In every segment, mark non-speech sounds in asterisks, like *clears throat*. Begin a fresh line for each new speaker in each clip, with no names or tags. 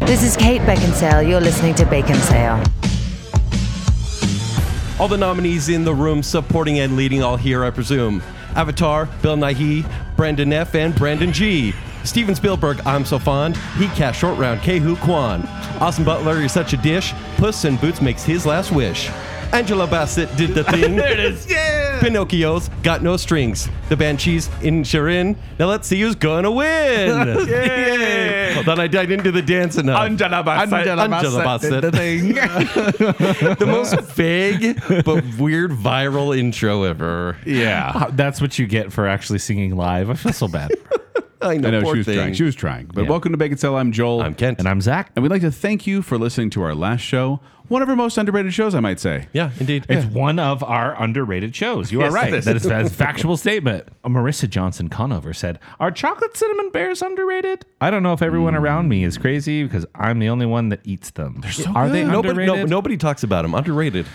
This is Kate Beckinsale. You're listening to Baconsale.
All the nominees in the room supporting and leading all here, I presume. Avatar, Bill Nighy, Brandon F., and Brandon G. Steven Spielberg, I'm so fond. He cast short round Kehu Kwan. Austin Butler, is such a dish. Puss in Boots makes his last wish. Angela Bassett did *laughs* the thing.
There it is. Yeah.
Pinocchio's got no strings. The Banshees in Shirin. Now let's see who's gonna *laughs* win.
Yay.
Hold on, I died into the dance enough. *laughs*
Angela Bassett.
Angela Bassett.
did the
*laughs*
thing.
the most vague but weird viral intro ever.
yeah.
Uh, That's what you get for actually singing live. I feel so bad.
I know,
I
*laughs*
know
poor
she was
thing.
trying. She was trying. But
Yeah.
welcome to Bacon Cell. I'm Joel.
I'm Kent.
and I'm Zach.
And we'd like to thank you for listening to our last show. One of our most underrated shows, I might say.
yeah, indeed.
It's one of our underrated shows. You are
Yes, it
right.
is.
That is, that
*laughs*
is a factual statement. Marissa Johnson Conover said, Are chocolate cinnamon bears underrated? I don't know if everyone
Mm.
around me is crazy because I'm the only one that eats them. They're so Are they
Nobody, no,
underrated?
nobody talks about him. Underrated.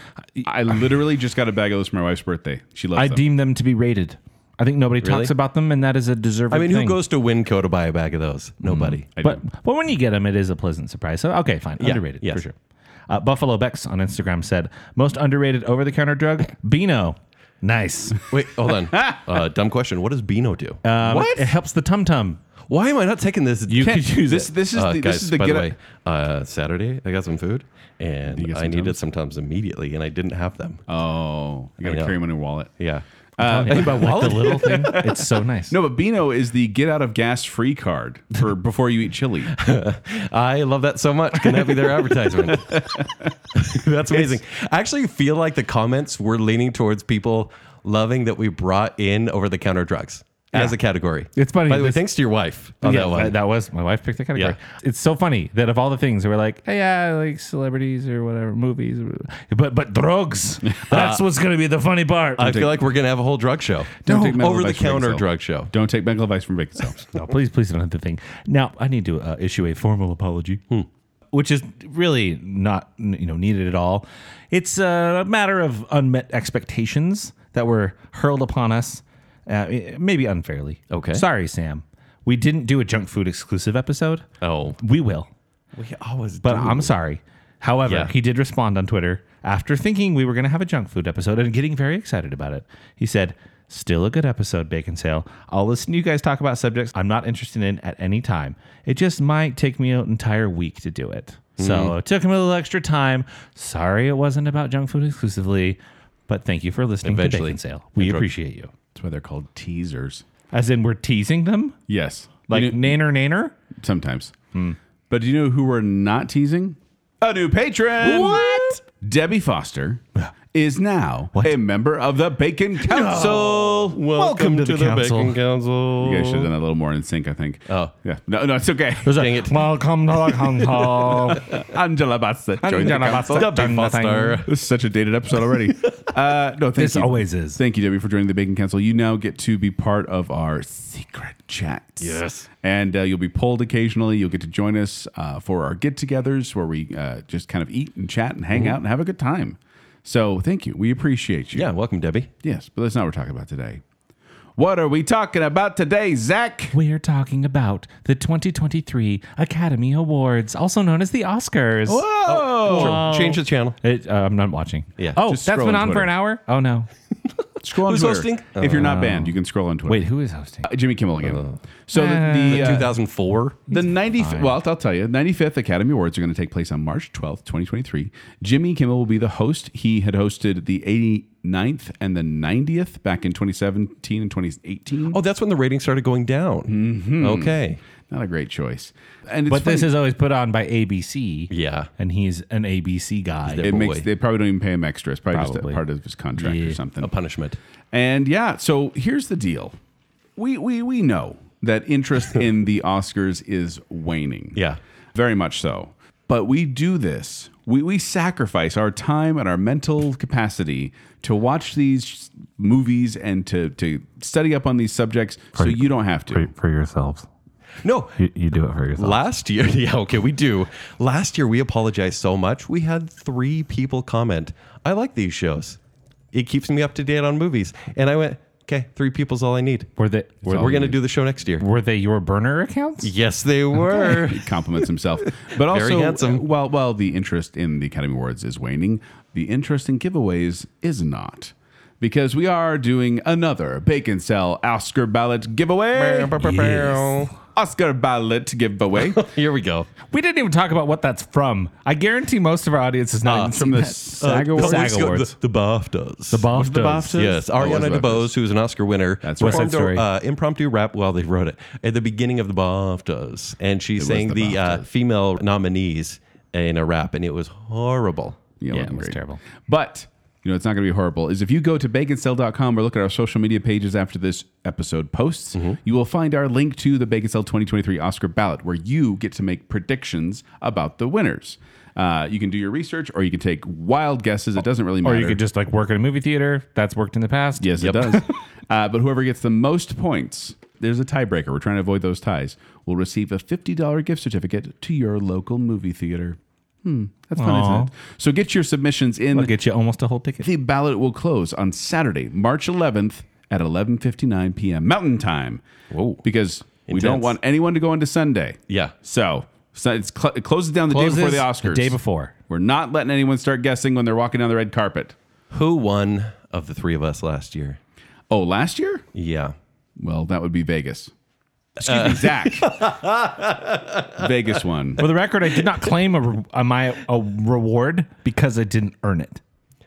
I literally just got a bag of those for my wife's birthday. She loves
I
them.
deem them to be rated. I think nobody
Really?
talks about them, and that is a deserving
I mean,
thing.
who goes to Winco to buy a bag of those? Nobody.
I do.
But but when you get them, it is a pleasant surprise. So okay, fine, underrated
yes.
for sure. Uh, Buffalo Bex on Instagram said most underrated over the counter drug Beano. Nice.
Wait, hold on. uh, dumb question. What does Beano do?
Um,
what?
It helps the tum tum.
Why am I not taking this? You
could use
this-
it.
this is
Uh,
the-
guys,
this is the
by
get
the
up-
way. Uh, Saturday, I got some food,
You
and
get
I
some
needed
Tums?
some Tums immediately, and I didn't have them.
Oh, I gotta
know.
carry them in a wallet.
yeah.
about Uh, like the little thing. It's so nice.
No, but Beano is the get out of gas free card for before you eat chili.
I love that so much. Can that be
*laughs*
their advertisement? *laughs* That's amazing. I actually feel like the comments were leaning towards people loving that we brought in over the counter drugs as a category.
It's funny,
By the way,
this-
thanks to your wife on
yeah,
that one.
Oh, That was my wife picked the category.
Yeah.
It's so funny that of all the things that we're like, hey, yeah, I like celebrities or whatever, movies, or whatever." but but drugs. That's what's gonna be the funny part.
I feel like we're gonna have a whole drug show.
Don't take medical
over the
advice from
counter
Bacon Cell.
drug show.
Don't take medical advice from Bacon Cells.
No, please, please don't have the thing. Now, I need to uh, issue a formal apology, which is really not n- you know needed at all. It's a matter of unmet expectations that were hurled upon us, uh, i- maybe unfairly.
Okay.
sorry, Sam. We didn't do a junk food exclusive episode.
Oh,
We will,
we always.
but I'm sorry. However,
Yeah.
he did respond on Twitter after thinking we were going to have a junk food episode and getting very excited about it. He said, Still a good episode, Bacon Sale. I'll listen to you guys talk about subjects I'm not interested in at any time. It just might take me an entire week to do it.
Mm-hmm.
So it took him a little extra time. Sorry it wasn't about junk food exclusively, but thank you for listening to
Eventually.
Bacon Sale. We appreciate you.
That's why they're called teasers.
As in, we're teasing them?
Yes.
Like,
You know-
naner, naner?
Sometimes. But do you know who we're not teasing? A new patron. What? Debbie Foster is now a member of the Bacon Council.
Welcome, to, the,
council.
Bacon Council.
You guys should have done that a little more in sync, I think.
Oh.
yeah. No, no, it's okay.
There's
Dang
a,
it.
Welcome to the council.
Angela Bassett. joined the
Angela
council.
Bassett.
Debbie
Done the thing.
Foster.
This is such a dated episode already. Uh, no, thank
This
you.
always is.
Thank you, Debbie, for joining the Bacon Council. You now get to be part of our secret chats.
Yes.
And uh, you'll be polled occasionally. You'll get to join us uh, for our get togethers where we uh, just kind of eat and chat and hang out and have a good time. So thank you. We appreciate you.
Yeah, welcome, Debbie.
Yes, but that's not what we're talking about today. What are we talking about today, Zach?
We're talking about the 2023 Academy Awards, also known as the Oscars.
Oh,
Whoa.
change the channel.
It, uh, I'm not watching.
Yeah,
Oh,
just
that's
scroll
been
on
on for
Twitter.
an hour. Oh no.
Scroll on
Who's
Twitter.
hosting?
If you're not banned, you can scroll on Twitter.
Uh, Wait, who is hosting?
Uh, Jimmy Kimmel again. so
Uh,
the, the,
The
uh,
2004.
The 95th, well, I'll tell you, 95th Academy Awards are going to take place on March 12th, 2023. Jimmy Kimmel will be the host. He had hosted the 89th and the 90th back in 2017 and 2018.
Oh, that's when the ratings started going down.
Mm-hmm.
Okay.
Not a great choice. And it's
But this
funny.
is always put on by ABC.
Yeah.
And he's an ABC guy.
there-
it makes
boy.
they probably don't even pay him extra. It's probably, just
Probably.
a part of his contract or
Yeah.
something.
A punishment.
And yeah, so here's the deal. We we we know that *laughs* interest in the Oscars is waning.
Yeah.
Very much so. But we do this. We we sacrifice our time and our mental capacity to watch these movies and to to study up on these subjects so you don't have to.
for yourselves.
No,
You, you do it for yourself.
last year, *laughs* yeah, okay, we do. Last year, we apologized so much. We had three people comment, I like these shows. It keeps me up to date on movies. And I went, Okay, three people's all I need.
Were they were,
We're gonna do the show next year.
were they your burner accounts?
Yes, they were.
He compliments himself, but also uh,
handsome.
while while the interest in the Academy Awards is waning, the interest in giveaways is not. Because we are doing another Bacon Cell Oscar ballot giveaway.
Yes.
Oscar ballot giveaway.
*laughs* Here we go.
We didn't even talk about what that's from. I guarantee most of our audience is not
Uh,
even
from
from
the
the
SAG
SAG, Awards. SAG Awards.
Uh, The, the BAFTAs. The
BAFTAs.
the BAFTAs?
Yes,
That
Ariana
was BAFTAs.
DeBose, who was an Oscar winner,
Oh, That's
West Side
right.
Story.
performed a, uh, impromptu rap while they wrote it at the beginning of the BAFTAs, and she sang
the
the, uh,
BAFTAs.
female nominees in a rap, and it was horrible.
Yeah,
wasn't
it was
great.
terrible.
But you know, it's not going to be horrible. Is if you go to baconcell.com or look at our social media pages after this episode posts,
Mm-hmm.
you will find our link to the Bacon Cell 2023 Oscar ballot, where you get to make predictions about the winners. Uh, you can do your research, or you can take wild guesses. It doesn't really matter.
Or you could just like work at a movie theater. That's worked in the past.
yes,
*laughs*
it does. uh, but whoever gets the most points, there's a tiebreaker. We're trying to avoid those ties. Will receive a fifty dollar gift certificate to your local movie theater. Hmm, that's fun,
Aw.
isn't it? So get your submissions in.
I'll get you almost a whole ticket.
The ballot will close on Saturday, March 11th at 11:59 p.m. Mountain Time. Whoa! Because we
Intense.
don't want anyone to go into Sunday.
Yeah.
So, so it's cl- it closes down the day before the
Closes
Oscars.
day before.
We're not letting anyone start guessing when they're walking down the red carpet.
Who won of the three of us last year?
Oh, last year?
Yeah.
Well, that would be Vegas. Excuse me, Zach. Vegas won.
For the record, I did not claim a, re- a my a reward because I didn't earn it.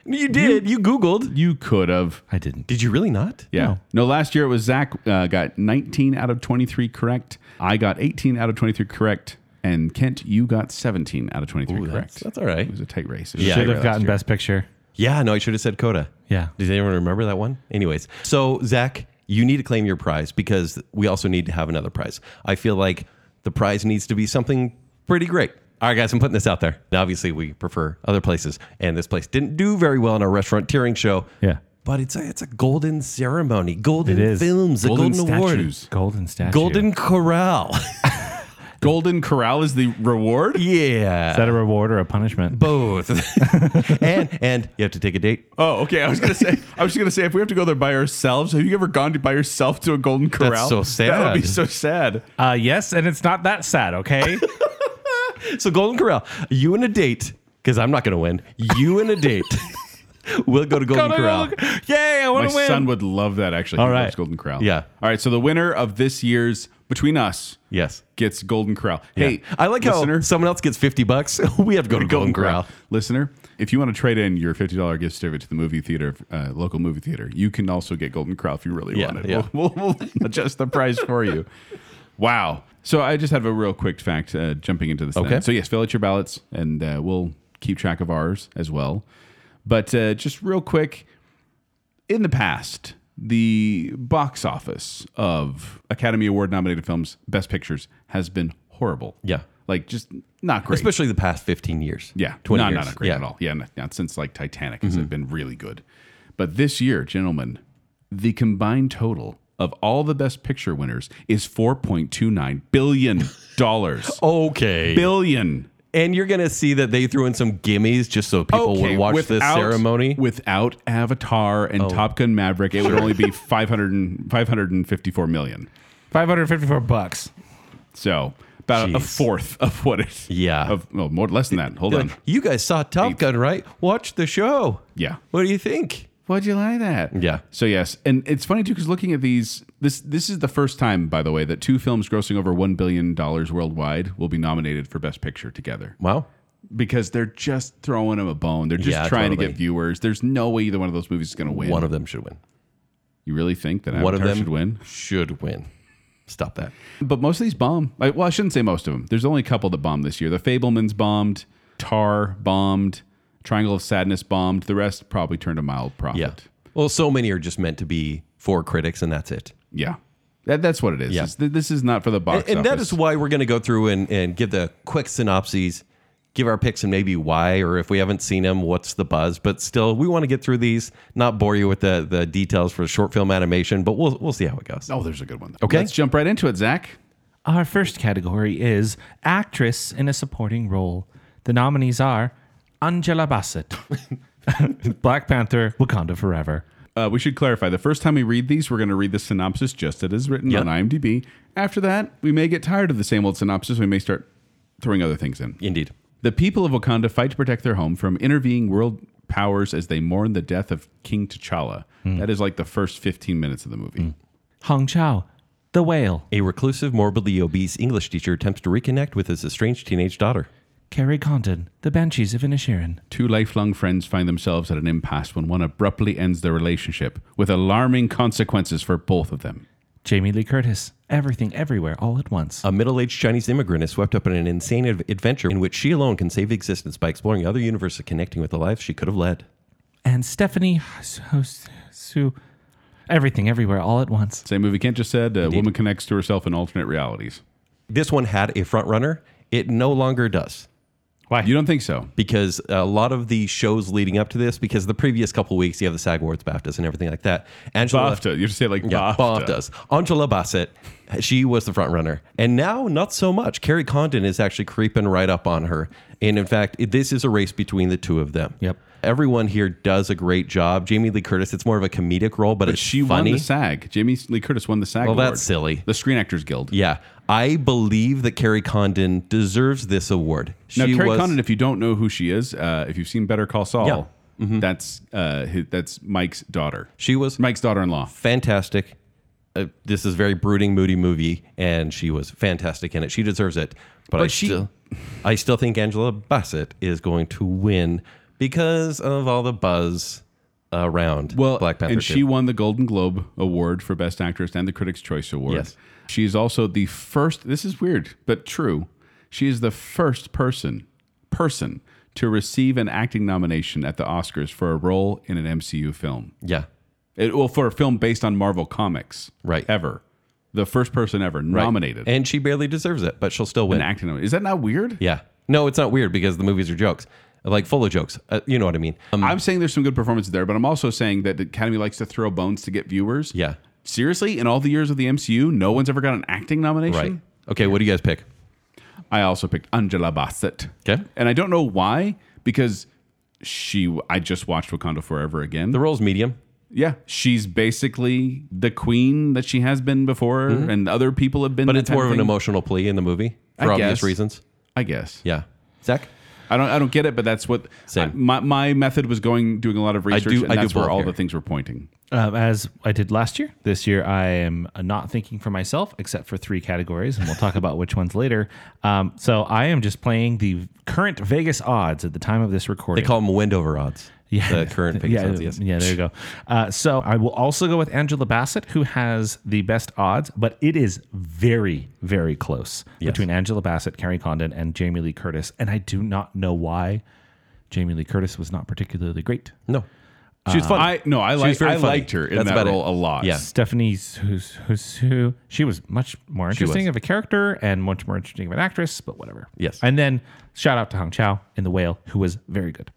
You did. You, Googled.
You could have.
I didn't.
Did you really not?
Yeah. No. last year it was Zach uh, got 19 out of 23 correct. I got 18 out of 23 correct. And Kent, you got 17 out of 23 correct.
that's- that's all right.
It was a tight race. It was a
Yeah.
tight
Should have
race
gotten
last year.
Best Picture.
Yeah, no, I should have said Coda.
Yeah.
Does anyone remember that one? Anyways, so Zach, you need to claim your prize because we also need to have another prize. I feel like the prize needs to be something pretty great. All right, guys, I'm putting this out there. Now, obviously, we prefer other places, and this place didn't do very well in our restaurant tearing show.
Yeah.
But it's a, it's a golden ceremony, golden
It is.
films, a golden,
Golden
award,
statues.
Golden statue.
golden corral.
Golden Corral is the reward?
*laughs* yeah.
Is that a reward or a punishment?
both. *laughs* and and you have to take a date.
*laughs* Oh, okay. I was gonna say. I was gonna say if we have to go there by ourselves. Have you ever gone to by yourself to a Golden Corral?
so
*laughs* That would be
sad.
so sad.
Uh, yes, and it's not that sad.
*laughs*
Okay.
So Golden Corral, you and a date, because I'm not going to win. You and a
*laughs*
date. we'll go to Golden Corral.
Yay! I
My
want to win.
son would love that. Actually, He
All right.
loves Golden Corral.
Yeah.
All right. So the winner of this year's Between Us
Yes.
gets Golden Corral. Hey,
I like how
listener,
someone else gets 50 bucks. *laughs* we have to go to Golden, Corral.
Listener, if you want to trade in your fifty dollars gift certificate to the movie theater, uh, local movie theater, you can also get Golden Corral if you really
Yeah,
want it.
yeah.
We'll, we'll, we'll *laughs* adjust the price for you. Wow. So I just have a real quick fact uh, jumping into this. then.
Okay.
So yes, fill out your ballots, and uh, we'll keep track of ours as well. But uh, just real quick, in the past, the box office of Academy Award nominated films, Best Pictures, has been horrible.
Yeah.
Like just not great.
Especially the past 15 years.
Yeah,
20
not,
years.
not great
yeah. Mm-hmm.
at all. Yeah, not, not since like Titanic has it been really good. But this year, gentlemen, the combined total of all the Best Picture winners is four point two nine
*laughs*
billion
Oh,
dollars.
Okay.
billion.
and you're going to see that they threw in some gimmies just so people would watch this ceremony. Oh.
without Avatar and Top Gun Maverick, it would
*laughs*
only be 500 and, 554 million.
Five hundred fifty-four bucks.
So about a
Jeez.
fourth of what it.
Yeah.
Of, well, more less than that. Hold
They're
on.
like, you guys saw Top Gun, right? Watch the show.
Yeah.
What do you think?
Why'd you lie that?
Yeah.
So yes, and it's funny too because looking at these, this this is the first time, by the way, that two films grossing over one billion dollars worldwide will be nominated for Best Picture together
Wow.
because they're just throwing them a bone. They're just
Yeah,
trying to
totally.
get viewers. There's no way either one of those movies is going to win.
One of them should win.
you really think that
One of
Avatar
them
should win?
Should win. Stop that.
But most of these bomb. Like, well, I shouldn't say most of them. There's only a couple that bombed this year. The Fablemans bombed, Tar bombed, Triangle of Sadness bombed. The rest probably turned a mild profit.
Yeah. Well, so many are just meant to be for critics, and that's it.
Yeah. That, that's what it is.
Yeah.
It's- th- This is not for the box
and that is
office.
why we're going to go through and, and give the quick synopses, give our picks, and maybe why, or if we haven't seen them, what's the buzz. But still, we want to get through these, not bore you with the, the details for short film animation, but we'll, we'll see how it goes.
Oh, there's a good one.
Okay.
Let's jump right into it, Zach.
Our first category is actress in a supporting role. The *laughs* nominees are Angela Bassett, Black Panther, Wakanda Forever,
Uh, we should clarify the first time we read these, we're going to read the synopsis just as it is written
Yep.
on IMDb. After that, we may get tired of the same old synopsis. We may start throwing other things in.
Indeed.
The people of Wakanda fight to protect their home from intervening world powers as they mourn the death of King T'Challa. That is like the first 15 minutes of the movie.
Hong Chao, the whale.
A reclusive, morbidly obese English teacher attempts to reconnect with his estranged teenage daughter.
Carrie Condon, the Banshees of Inishirin.
Two lifelong friends find themselves at an impasse when one abruptly ends their relationship with alarming consequences for both of them.
Jamie Lee Curtis, everything, everywhere, all at once.
A middle aged Chinese immigrant is swept up in an insane ad- adventure in which she alone can save existence by exploring other universes and connecting with the lives she could have led.
and Stephanie Su, Su, everything, everywhere, all at once.
Same movie Kent just said, a woman connects to herself in alternate realities.
This one had a front runner. It no longer does.
You don't think so?
because a lot of the shows leading up to this, because the previous couple weeks you have the SAG Awards, BAFTAs, and everything like that. Angela
BAFTA. You have to say it like
yeah,
BAFTA.
BAFTAs. Angela Bassett, she was the front runner, and now not so much. Carrie Condon is actually creeping right up on her, and in fact, it- this is a race between the two of them.
Yep.
Everyone here does a great job. Jamie Lee Curtis, it's more of a comedic role, but, it's
She
funny.
won the SAG. Jamie Lee Curtis won the SAG.
Well,
award.
that's silly.
The Screen Actors Guild.
yeah, I believe that Carrie Condon deserves this award.
Now,
She
Carrie
was-
Condon, if you don't know who she is, uh, if you've seen Better Call Saul,
Yeah.
that's uh, his, that's Mike's daughter.
she was
Mike's daughter-in-law.
fantastic. Uh, this is a very brooding, moody movie, and she was fantastic in it. She deserves it. But, I
But she-
still, I still think Angela Bassett is going to win because of all the buzz around
Well,
Black Panther.
and she
2.
won the Golden Globe Award for Best Actress and the Critics' Choice Award.
Yes.
She is also the first. This is weird, but true. She is the first person person to receive an acting nomination at the Oscars for a role in an MCU film.
yeah,
It, well, for a film based on Marvel comics,
Right.
Ever, the first person ever
right.
nominated
and she barely deserves it, but she'll still win.
an acting. nom- Is that not weird?
yeah, no, it's not weird because the movies are jokes, like full of jokes. Uh, you know what I mean? Um,
I'm saying there's some good performances there, but I'm also saying that the Academy likes to throw bones to get viewers.
Yeah.
Seriously, in all the years of the MCU, no one's ever got an acting
right.
nomination.
Okay, what do you guys pick?
I also picked Angela Bassett.
Okay.
And I don't know why, because she I just watched Wakanda Forever again.
The role's medium.
yeah. She's basically the queen that she has been before and other people have been.
Mm-hmm. But
that
it's
kind
more of an
thing.
emotional plea in the movie
I
for obvious
guess.
reasons.
I guess.
Yeah. Zach?
I don't I don't get it, but that's what
Same.
I- my my method was going doing a lot of research
do-
and
I do
that's where
both
all
here.
the things were pointing.
Um, as I did last year, this year I am not thinking for myself, except for three categories, and we'll talk about which ones later. Um, so I am just playing the current Vegas odds at the time of this recording.
They call them Wendover *laughs* odds. The current Vegas
yeah,
odds, yes.
Yeah, there you go. Uh, so I will also go with Angela Bassett, who has the best odds, but it is very, very close between Angela Bassett, Carrie Condon, and Jamie Lee Curtis. And I do not know why Jamie Lee Curtis was not particularly great.
No. She was fun.
Uh-huh. I no, I
was
liked
very
I
funny.
liked her in
That's
that
about it.
role a lot.
Yeah.
Stephanie Su- Su- Su- she was much more interesting
was.
of a character and much more interesting of an actress, but whatever.
Yes.
And then shout out to Hong Chow in The Whale, who was very good.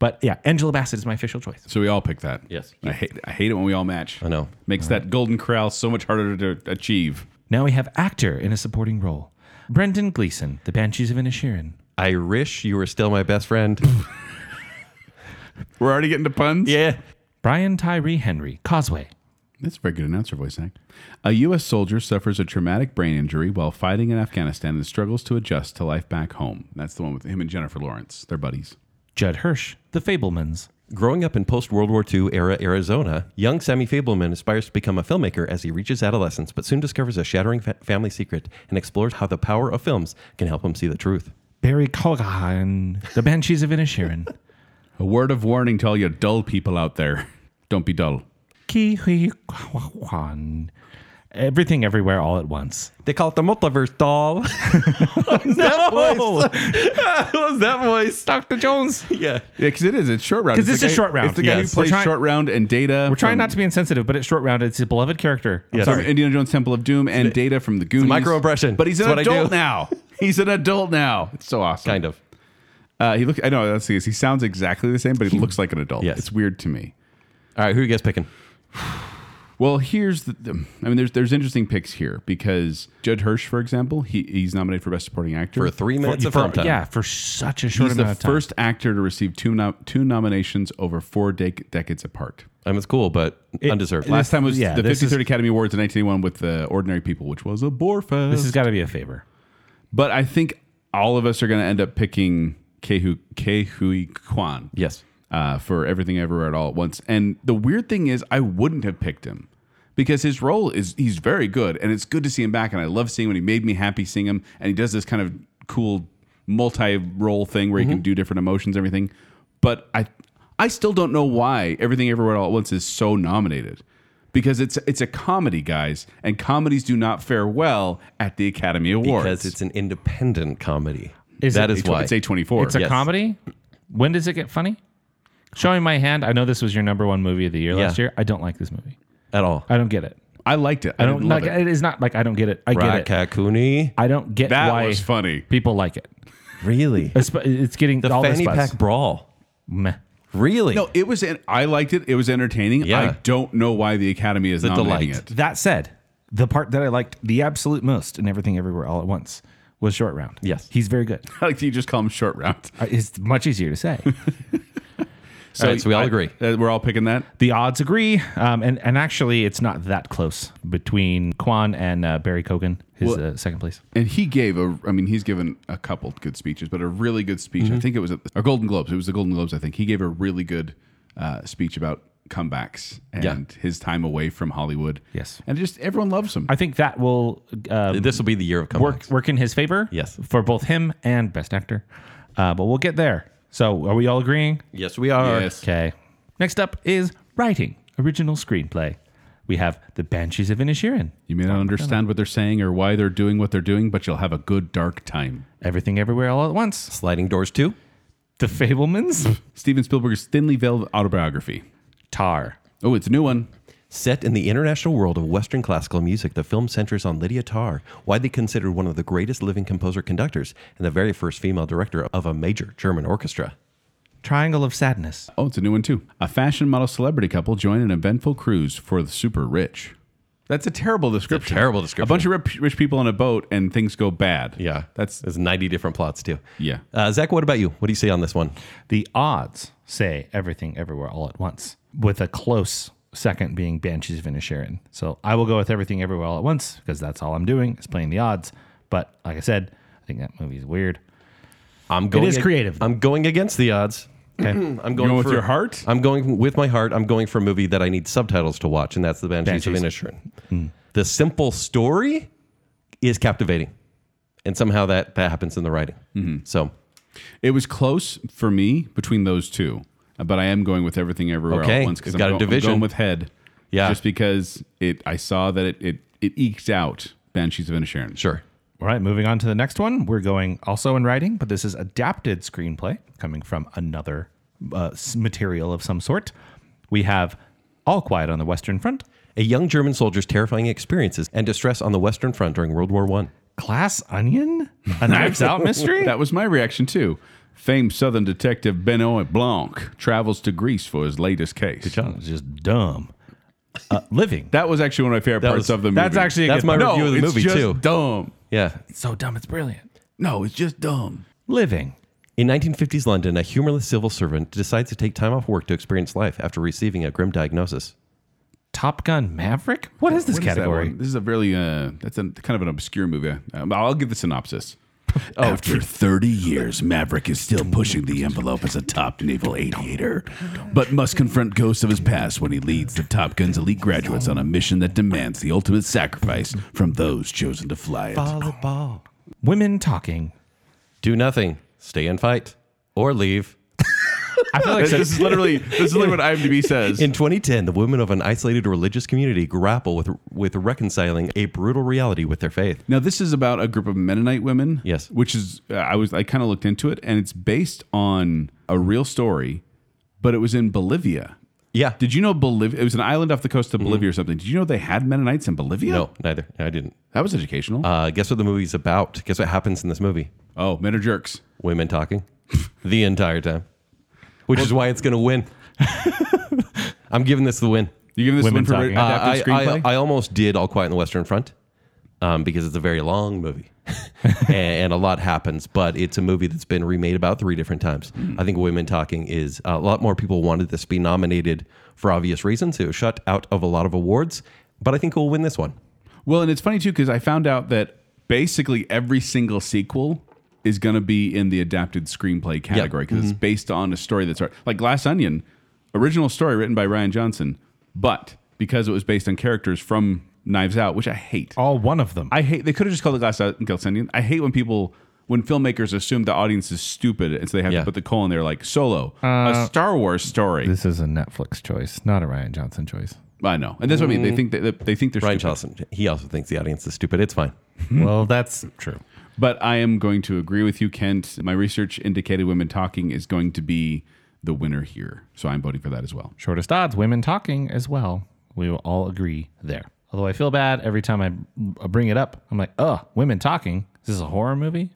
But yeah, Angela Bassett is my official choice.
So we all pick that.
Yes.
I hate I hate it when we all match.
I know.
Makes that golden corral so much harder to achieve.
Now we have actor in a supporting role. Brendan Gleeson, The Banshees of Inishirin.
I wish you were still my best friend.
We're already getting to
*laughs*
puns?
yeah.
Brian Tyree Henry, Causeway.
That's a very good announcer voice, Zach. A U.S. soldier suffers a traumatic brain injury while fighting in Afghanistan and struggles to adjust to life back home. That's the one with him and Jennifer Lawrence. They're buddies.
Judd Hirsch, The Fablemans.
Growing up in post World War II era Arizona, young Sammy Fableman aspires to become a filmmaker as he reaches adolescence, but soon discovers a shattering fa- family secret and explores how the power of films can help him see the truth.
Barry Colgan, The Banshees
*laughs*
of Inishirin.
A word of warning to all you dull people out there. *laughs* Don't be dull.
Ki Hui Kwan. Everything Everywhere All at Once.
They call it the multiverse *laughs* doll.
*laughs* No!
was that voice?
Dr. Jones.
Yeah.
Yeah, because it is. It's short round.
'Cause it's
It's the
a
guy-
short round.
It's the guy
Yes.
who plays
We're trying-
short round and Data.
We're trying not to be insensitive, but it's short rounded. It's a beloved character. I'm
Yes.
sorry.
from Indiana Jones Temple of Doom and Data from the Goonies.
microaggression.
But he's
It's
an
what I do.
adult now.
*laughs*
He's an adult now. It's so awesome.
Kind of.
Uh, he looks. I know that's he. is. He sounds exactly the same, but he looks like an adult.
Yes.
It's weird to me.
All right, who are you guys picking?
Well, here's the, the- I mean, there's there's interesting picks here because Judd Hirsch, for example, he, he's nominated for Best Supporting Actor
for three minutes of film time.
Yeah, for such a short
He's
amount
the
of time.
first actor to receive two nom- two nominations over four dec- decades apart.
I mean, it's cool, but undeserved.
Last time was
yeah,
the
this
53rd
is-
Academy Awards in 1981 with the Ordinary People, which was a bore fest.
This has got to be a favor.
but I think all of us are going to end up picking Kehu Kehui Kwan.
Yes.
uh, for Everything Everywhere at All at Once. And the weird thing is, I wouldn't have picked him because his role is he's very good, and it's good to see him back. And I love seeing him. And he made me happy seeing him, and he does this kind of cool multi-role thing where he can do different emotions, and everything. But I, I still don't know why Everything Everywhere All at Once is so nominated. Because it's it's a comedy, guys, and comedies do not fare well at the Academy Awards.
because it's an independent comedy.
Is
that
it-
is why.
it's a twenty four.
It's a
Yes.
comedy. When does it get funny? Showing my hand. I know this was your number one movie of the year last
Yeah.
year. I don't like this movie.
at all.
I don't get it.
I liked it. I,
I
don't
don't
love
like.
it.
It is not like I don't get it. I get it.
Rakakuni.
I don't get
That
why
was funny.
people like it.
Really?
Espe- It's getting
The
all this
fanny
buzz.
pack brawl.
Meh.
Really?
No, it was. I liked it. It was entertaining.
Yeah.
I don't know why the Academy is
The
nominating
delight.
it.
That said, the part that I liked the absolute most in Everything Everywhere All at Once was Short Round.
Yes.
He's very good.
I *laughs* like that you just call him short round.
Uh, It's much easier to
*laughs*
say.
So,
right, so we all agree.
uh, we're all picking that.
the odds agree. Um, and, and actually, it's not that close between Kwan and uh, Barry Kogan, his uh, second place.
And he gave a. I mean, he's given a couple good speeches, but a really good speech.
Mm-hmm.
I think it was at the- or Golden Globes. It was the Golden Globes. I think he gave a really good uh, speech about comebacks and
Yeah.
his time away from Hollywood.
Yes.
and just everyone loves him.
I think that will um,
Uh, This will be the year of comebacks.
work, work in his favor.
Yes.
For both him and Best Actor. Uh, but we'll get there. So, are we all agreeing?
Yes, we are.
Yes.
Okay. Next up is writing original screenplay. We have The Banshees of Inishirin.
you may not understand what they're saying or why they're doing what they're doing, but you'll have a good dark time.
Everything Everywhere All at Once.
Sliding Doors 2.
The Fablemans. *laughs*
Steven Spielberg's thinly veiled autobiography.
Tar.
Oh, it's a new one.
Set in the international world of Western classical music, the film centers on Lydia Tarr, widely considered one of the greatest living composer conductors and the very first female director of a major German orchestra.
Triangle of Sadness.
Oh, it's a new one too. A fashion model celebrity couple join an eventful cruise for the super rich. That's a terrible description.
terrible
A
description.
bunch of rich, rich people on a boat and things go bad.
Yeah,
That's
there's 90 different plots too.
Yeah.
Uh, Zach, what about you? What do you say on this one?
The odds say everything everywhere all at once, with a close second being Banshees of Inisherin. So I will go with everything everywhere all at once because that's all I'm doing is playing the odds. But like I said, I think that movie is weird. *clears throat*
I'm going.
is creative, though.
I'm going against the odds.
Okay.
I'm
going
going
with
for-
your heart?
I'm going with my heart. I'm going for a movie that I need subtitles to watch, and that's The Banshees, of Inisherin.
Hmm.
The simple story is captivating, and somehow that that happens in the writing.
Mm-hmm.
So
it was close for me between those two, but I am going with everything everywhere all
Okay,
at once because
we've got a
I'm, go- I'm
division.
going with head.
Yeah.
Just because it, I saw that it it, it eked out Banshees of Inisherin.
sure,
All right, moving on to the next one. We're going also in writing, but this is adapted screenplay coming from another uh, s- material of some sort. We have All Quiet on the Western Front,
a young German soldier's terrifying experiences and distress on the Western Front during World War One.
Class Onion, a Knives *laughs* Out mystery.
*laughs* That was my reaction too. Famed Southern detective Benoit Blanc travels to Greece for his latest case.
John was just dumb. Uh, living.
That was actually one of my favorite
That
parts
was-
of the movie.
That's actually a
That's
good
my
one.
no,
review of the
it's
movie
just
too.
dumb.
Yeah,
so dumb. It's brilliant.
No, it's just dumb.
Living.
In 1950s London, a humorless civil servant decides to take time off work to experience life after receiving a grim diagnosis.
Top Gun Maverick. What is this
What is that
category?
one? this is a really uh, that's a kind of an obscure movie. Um, I'll give the synopsis. *laughs* After 30 years, Maverick is still pushing the envelope as a top naval aviator, but must confront ghosts of his past when he leads the Top Gun's elite graduates on a mission that demands the ultimate sacrifice from those chosen to fly it.
Volleyball.
Women talking.
Do nothing. Stay and fight. Or leave.
I feel like so-
is literally this is literally what IMDb says.
In 2010, the women of an isolated religious community grapple with with reconciling a brutal reality with their faith.
Now, this is about a group of Mennonite women.
Yes.
Which is, uh, I was, I kind of looked into it and it's based on a real story, but it was in Bolivia.
Yeah.
Did you know Bolivia? It was an island off the coast of Bolivia or something. Did you know they had Mennonites in Bolivia?
Mm-hmm. No, neither. No, I didn't.
That was educational.
Uh, guess what the movie's about? Guess what happens in this movie?
oh, men are jerks.
Women talking the entire time, which is why it's going to win. I'm giving this the win.
You giving this
Women
one for
talking.
adapted
Uh, I, I,
screenplay?
I almost did All Quiet on the Western Front um, because it's a very long movie *laughs* and, and a lot happens, but it's a movie that's been remade about three different times. I think Women Talking is a lot more people wanted this to be nominated for obvious reasons. It was shut out of a lot of awards, but I think we'll win this one.
Well, and it's funny too because I found out that basically every single sequel is going to be in the adapted screenplay category because it's based on a story that's like Glass Onion, original story written by Ryan Johnson, but because it was based on characters from Knives Out, which I hate.
All one of them.
I hate they could have just called it Glass Out- Glass Onion. I hate when people when filmmakers assume the audience is stupid and so they have
Yeah.
to put the colon there like Solo, a Star Wars story.
this is a Netflix choice, not a Ryan Johnson choice.
I know, and that's what I mean. They think that they think they're
Ryan
stupid.
Johnson, he also thinks the audience is stupid. It's fine.
well, that's Hmm. true.
But I am going to agree with you, Kent. My research indicated women talking is going to be the winner here. So I'm voting for that as well.
Shortest odds, women talking as well. We will all agree there. Although I feel bad every time I I bring it up. I'm like, oh, women talking. Is this a horror *laughs* movie?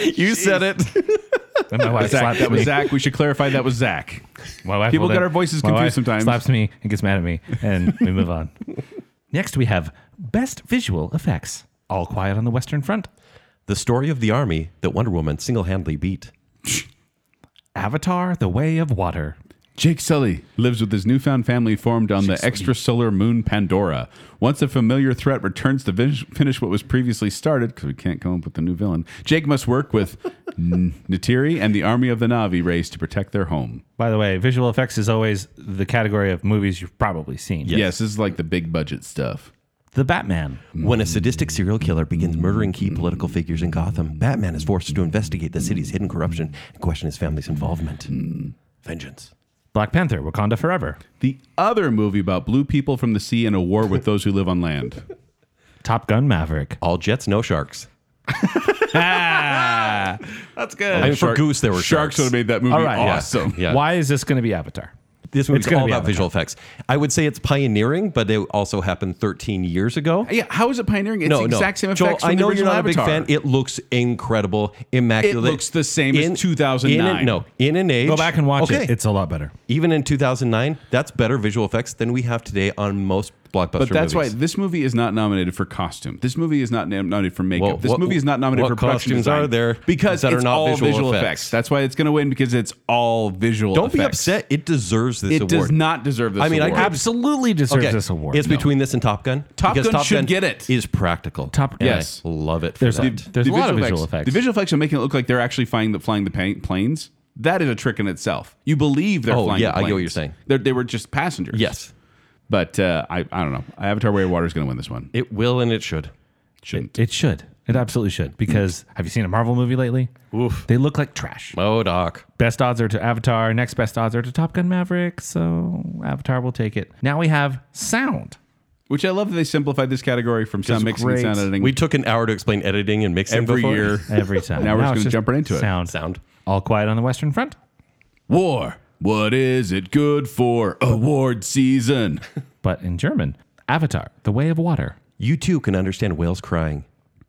You said it.
*laughs* And my wife
Zach,
slaps
that was
me.
Zach. We should clarify that was Zach.
My wife
People
will
get
then-
our voices
my
confused
wife
sometimes.
Slaps me and gets mad at me, and we move on. *laughs* Next, we have best visual effects. All quiet on the Western Front.
The story of the army that Wonder Woman single handedly beat.
Avatar: The Way of Water.
Jake Sully lives with his newfound family formed on the extrasolar moon Pandora. Once a familiar threat returns to vin- finish what was previously started, because we can't come up with a new villain, Jake must work with N- Natiri and the army of the Navi race to protect their home.
By the way, visual effects is always the category of movies you've probably seen.
Yes, this is like the big budget stuff.
The Batman.
When a sadistic serial killer begins murdering key political figures in Gotham, Batman is forced to investigate the city's hidden corruption and question his family's involvement. Vengeance.
Black Panther, Wakanda Forever.
The other movie about blue people from the sea and a war with those who live on land.
Top Gun Maverick.
All jets, no sharks.
*laughs* That's good.
I mean, for Goose, there were sharks.
would have made that movie
All right, yeah.
awesome.
Yeah.
Why is this going to be Avatar?
This movie's
gonna
all
be
about visual effects. I would say it's pioneering, but it also happened 13 years ago.
Yeah, how is it pioneering? It's
no,
the
no.
exact same
Joel,
effects.
I
from the
know you're
original
not
Avatar.
a big fan. It looks incredible, immaculate.
looks the same as 2009.
in an- no, in an age.
Go back and watch
okay,
it. It's a lot better.
even in 2009, that's better visual effects than we have today on most blockbuster
but that's
movies.
why this movie is not nominated for costume. This movie is not nam- nominated for makeup.
Well,
this
what-
movie is not nominated
what
for production
costumes are
design.
there
because
that are
it's
not
all
visual
visual, effects.
effects?
That's why it's going to win because it's all visual.
Don't be
effects.
upset. It deserves this
It
award.
does not deserve this.
I mean, I
award.
could-
Absolutely deserves
Okay,
this award.
It's between this and Top Gun.
Top
because
Gun should get it.
Is practical.
Top-
and I
yes.
love it. For
There's
that.
a- there's a lot of visual effects.
The visual effects are making it look like they're actually flying the flying the pa- planes. That is a trick in itself. You believe they're
Oh,
flying.
yeah, I
the
get what
planes.
you're saying.
They're, they were just passengers.
yes,
But uh, I, I don't know. Avatar Way of Water is going to win this one.
it will and it should.
Shouldn't.
It should. It absolutely should. Because have you seen a Marvel movie lately? Oof. They look like trash.
Oh, doc.
Best odds are to Avatar. Next best odds are to Top Gun Maverick. So Avatar will take it. Now we have sound.
Which I love that they simplified this category from sound mixing
great.
and sound editing.
We took an hour to explain editing and mixing
every
before.
year. *laughs*
Every time.
Now we're just
it's
gonna jump right into it.
*laughs*
sound.
Sound.
All quiet on the Western Front.
War. What is it good for? Award season.
But in German, Avatar, The Way of Water,
You too can understand whales crying.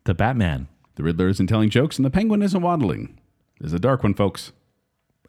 The Batman,
The Riddler isn't telling jokes and the Penguin isn't waddling. This is a dark one, folks.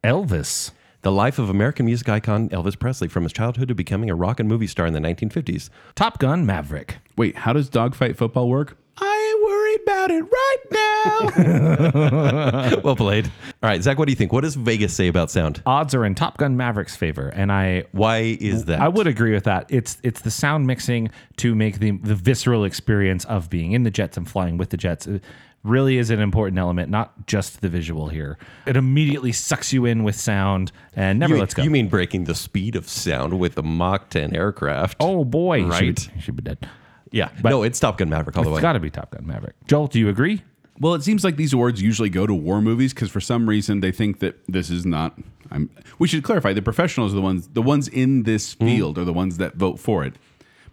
Elvis,
The life of American music icon Elvis Presley from his childhood to becoming a rock and movie star in the 1950s.
Top Gun Maverick,
Wait, how does dogfight football work? I ain't worried about it right now.
*laughs* well played. All right, Zach, what do you think? What does Vegas say about sound?
odds are in Top Gun Maverick's favor, and I
Why is that?
I would agree with that. It's it's the sound mixing to make the the visceral experience of being in the jets and flying with the jets uh, really is an important element, not just the visual here. It immediately sucks you in with sound and never
You,
lets go.
you mean breaking the speed of sound with a Mach 10 aircraft?
oh boy,
Right.
she would, she would be dead.
yeah. No, it's Top Gun Maverick all the
It's
way.
got to be Top Gun Maverick. Joel, do you agree?
well, it seems like these awards usually go to war movies because for some reason they think that this is not. I'm, we should clarify the professionals are the ones the ones in this field are the ones that vote for it,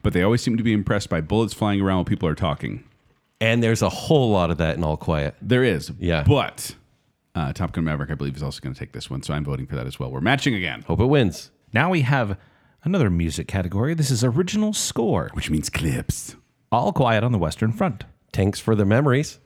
but they always seem to be impressed by bullets flying around while people are talking.
and there's a whole lot of that in All Quiet.
There is.
Yeah.
But uh, Top Gun Maverick, I believe, is also going to take this one. So I'm voting for that as well. We're matching again,
Hope it wins.
Now we have another music category. This is original score.
which means clips.
All quiet on the Western Front.
Thanks for the memories.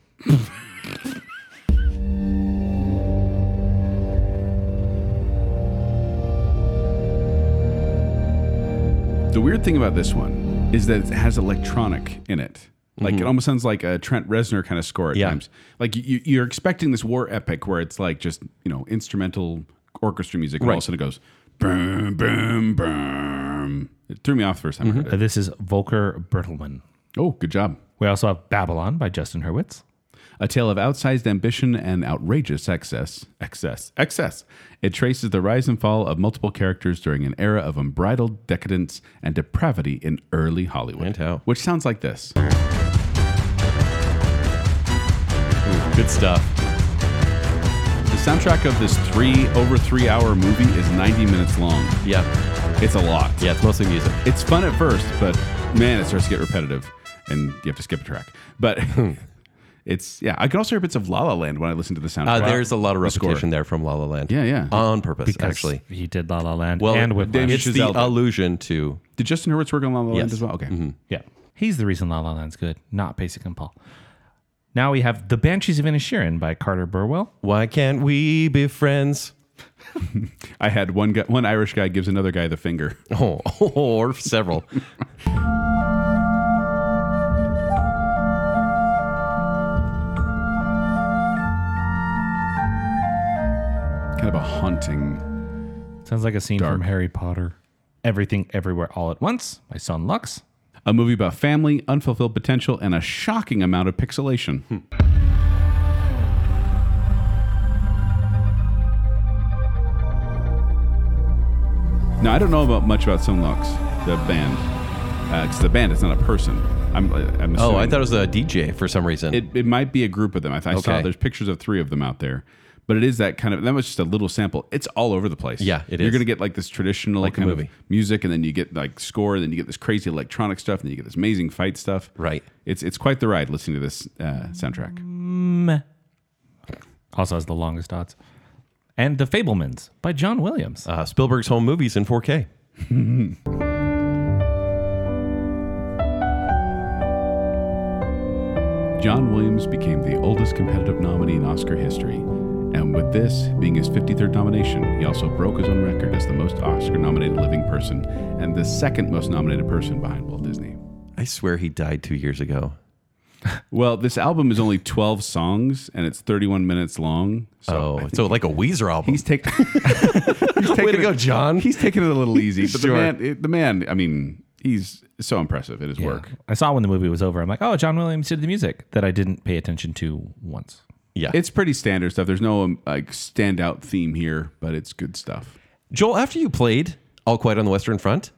weird thing about this one is that it has electronic in it. Like it almost sounds like a Trent Reznor kind of score at
Mm-hmm. Yeah.
times. Like you, you're expecting this war epic where it's like just you know instrumental orchestra music, and all of a
Right.
sudden it goes boom, boom, boom. It threw me off the first time
Mm-hmm.
I heard
Uh,
it.
This is Volker Bertelmann.
Oh, good job.
We also have Babylon by Justin Hurwitz.
A tale of outsized ambition and outrageous excess. Excess. Excess. It traces the rise and fall of multiple characters during an era of unbridled decadence and depravity in early Hollywood.
And how.
Which sounds like this.
Good stuff.
The soundtrack of this three over three hour movie is 90 minutes long.
Yeah.
It's a lot.
Yeah, it's mostly music. Uh,
It's fun at first, but man, it starts to get repetitive and you have to skip a track.
*laughs*
But it's, yeah. I can also hear bits of La La Land when I listen to the soundtrack.
Uh, There's a lot of
The score.
repetition there from La La Land.
Yeah, yeah.
On purpose,
Because
actually.
he did La La Land
Well,
and Whiplash.
it's the
Chazelle.
allusion to
Did Justin Hurwitz work on La La Land
Yes. Mm-hmm.
as well? Okay.
Yeah. He's the reason La La Land's good, not Basic and Paul. Now we have The Banshees of Inisherin by Carter Burwell.
Why Can't We Be Friends? *laughs*
I had one guy, one Irish guy gives another guy the finger.
Oh, or several.
Kind of a haunting.
Sounds like a scene from Harry Potter. Everything Everywhere All at Once by Son Lux.
A movie about family, unfulfilled potential, and a shocking amount of pixelation.
Hmm.
Now I don't know about much about Sunlux, the band, because the band is not a person. I'm, I'm assuming
Oh, I thought it was a DJ for some reason.
it, it might be a group of them. I, I saw
Okay.
there's pictures of three of them out there, but it is that kind of that was just a little sample. It's all over the place.
Yeah, it
You're
is.
gonna get like this traditional
Like a
kind
movie.
of music, and then you get like score, then you get this crazy electronic stuff, and then you get this amazing fight stuff.
Right.
It's it's quite the ride listening to this uh, soundtrack.
Also has the longest odds. And The Fablemans by John Williams.
uh, Spielberg's home movies in 4K.
John Williams became the oldest competitive nominee in Oscar history, and with this being his 53rd nomination, he also broke his own record as the most Oscar-nominated living person and the second most nominated person behind Walt Disney.
I swear he died two years ago.
Well, this album is only 12 songs and it's 31 minutes long. So
oh, so like a Weezer album.
he's, take- *laughs* he's taking
Way to
it-
go, John.
He's taking it a little easy. But
Sure.
the, man, it- the man, I mean, he's so impressive at his work.
I saw when the movie was over. I'm like, oh, John Williams did the music that I didn't pay attention to once.
yeah.
It's pretty standard stuff. There's no um, like standout theme here, but it's good stuff.
Joel, after you played All Quiet on the Western Front,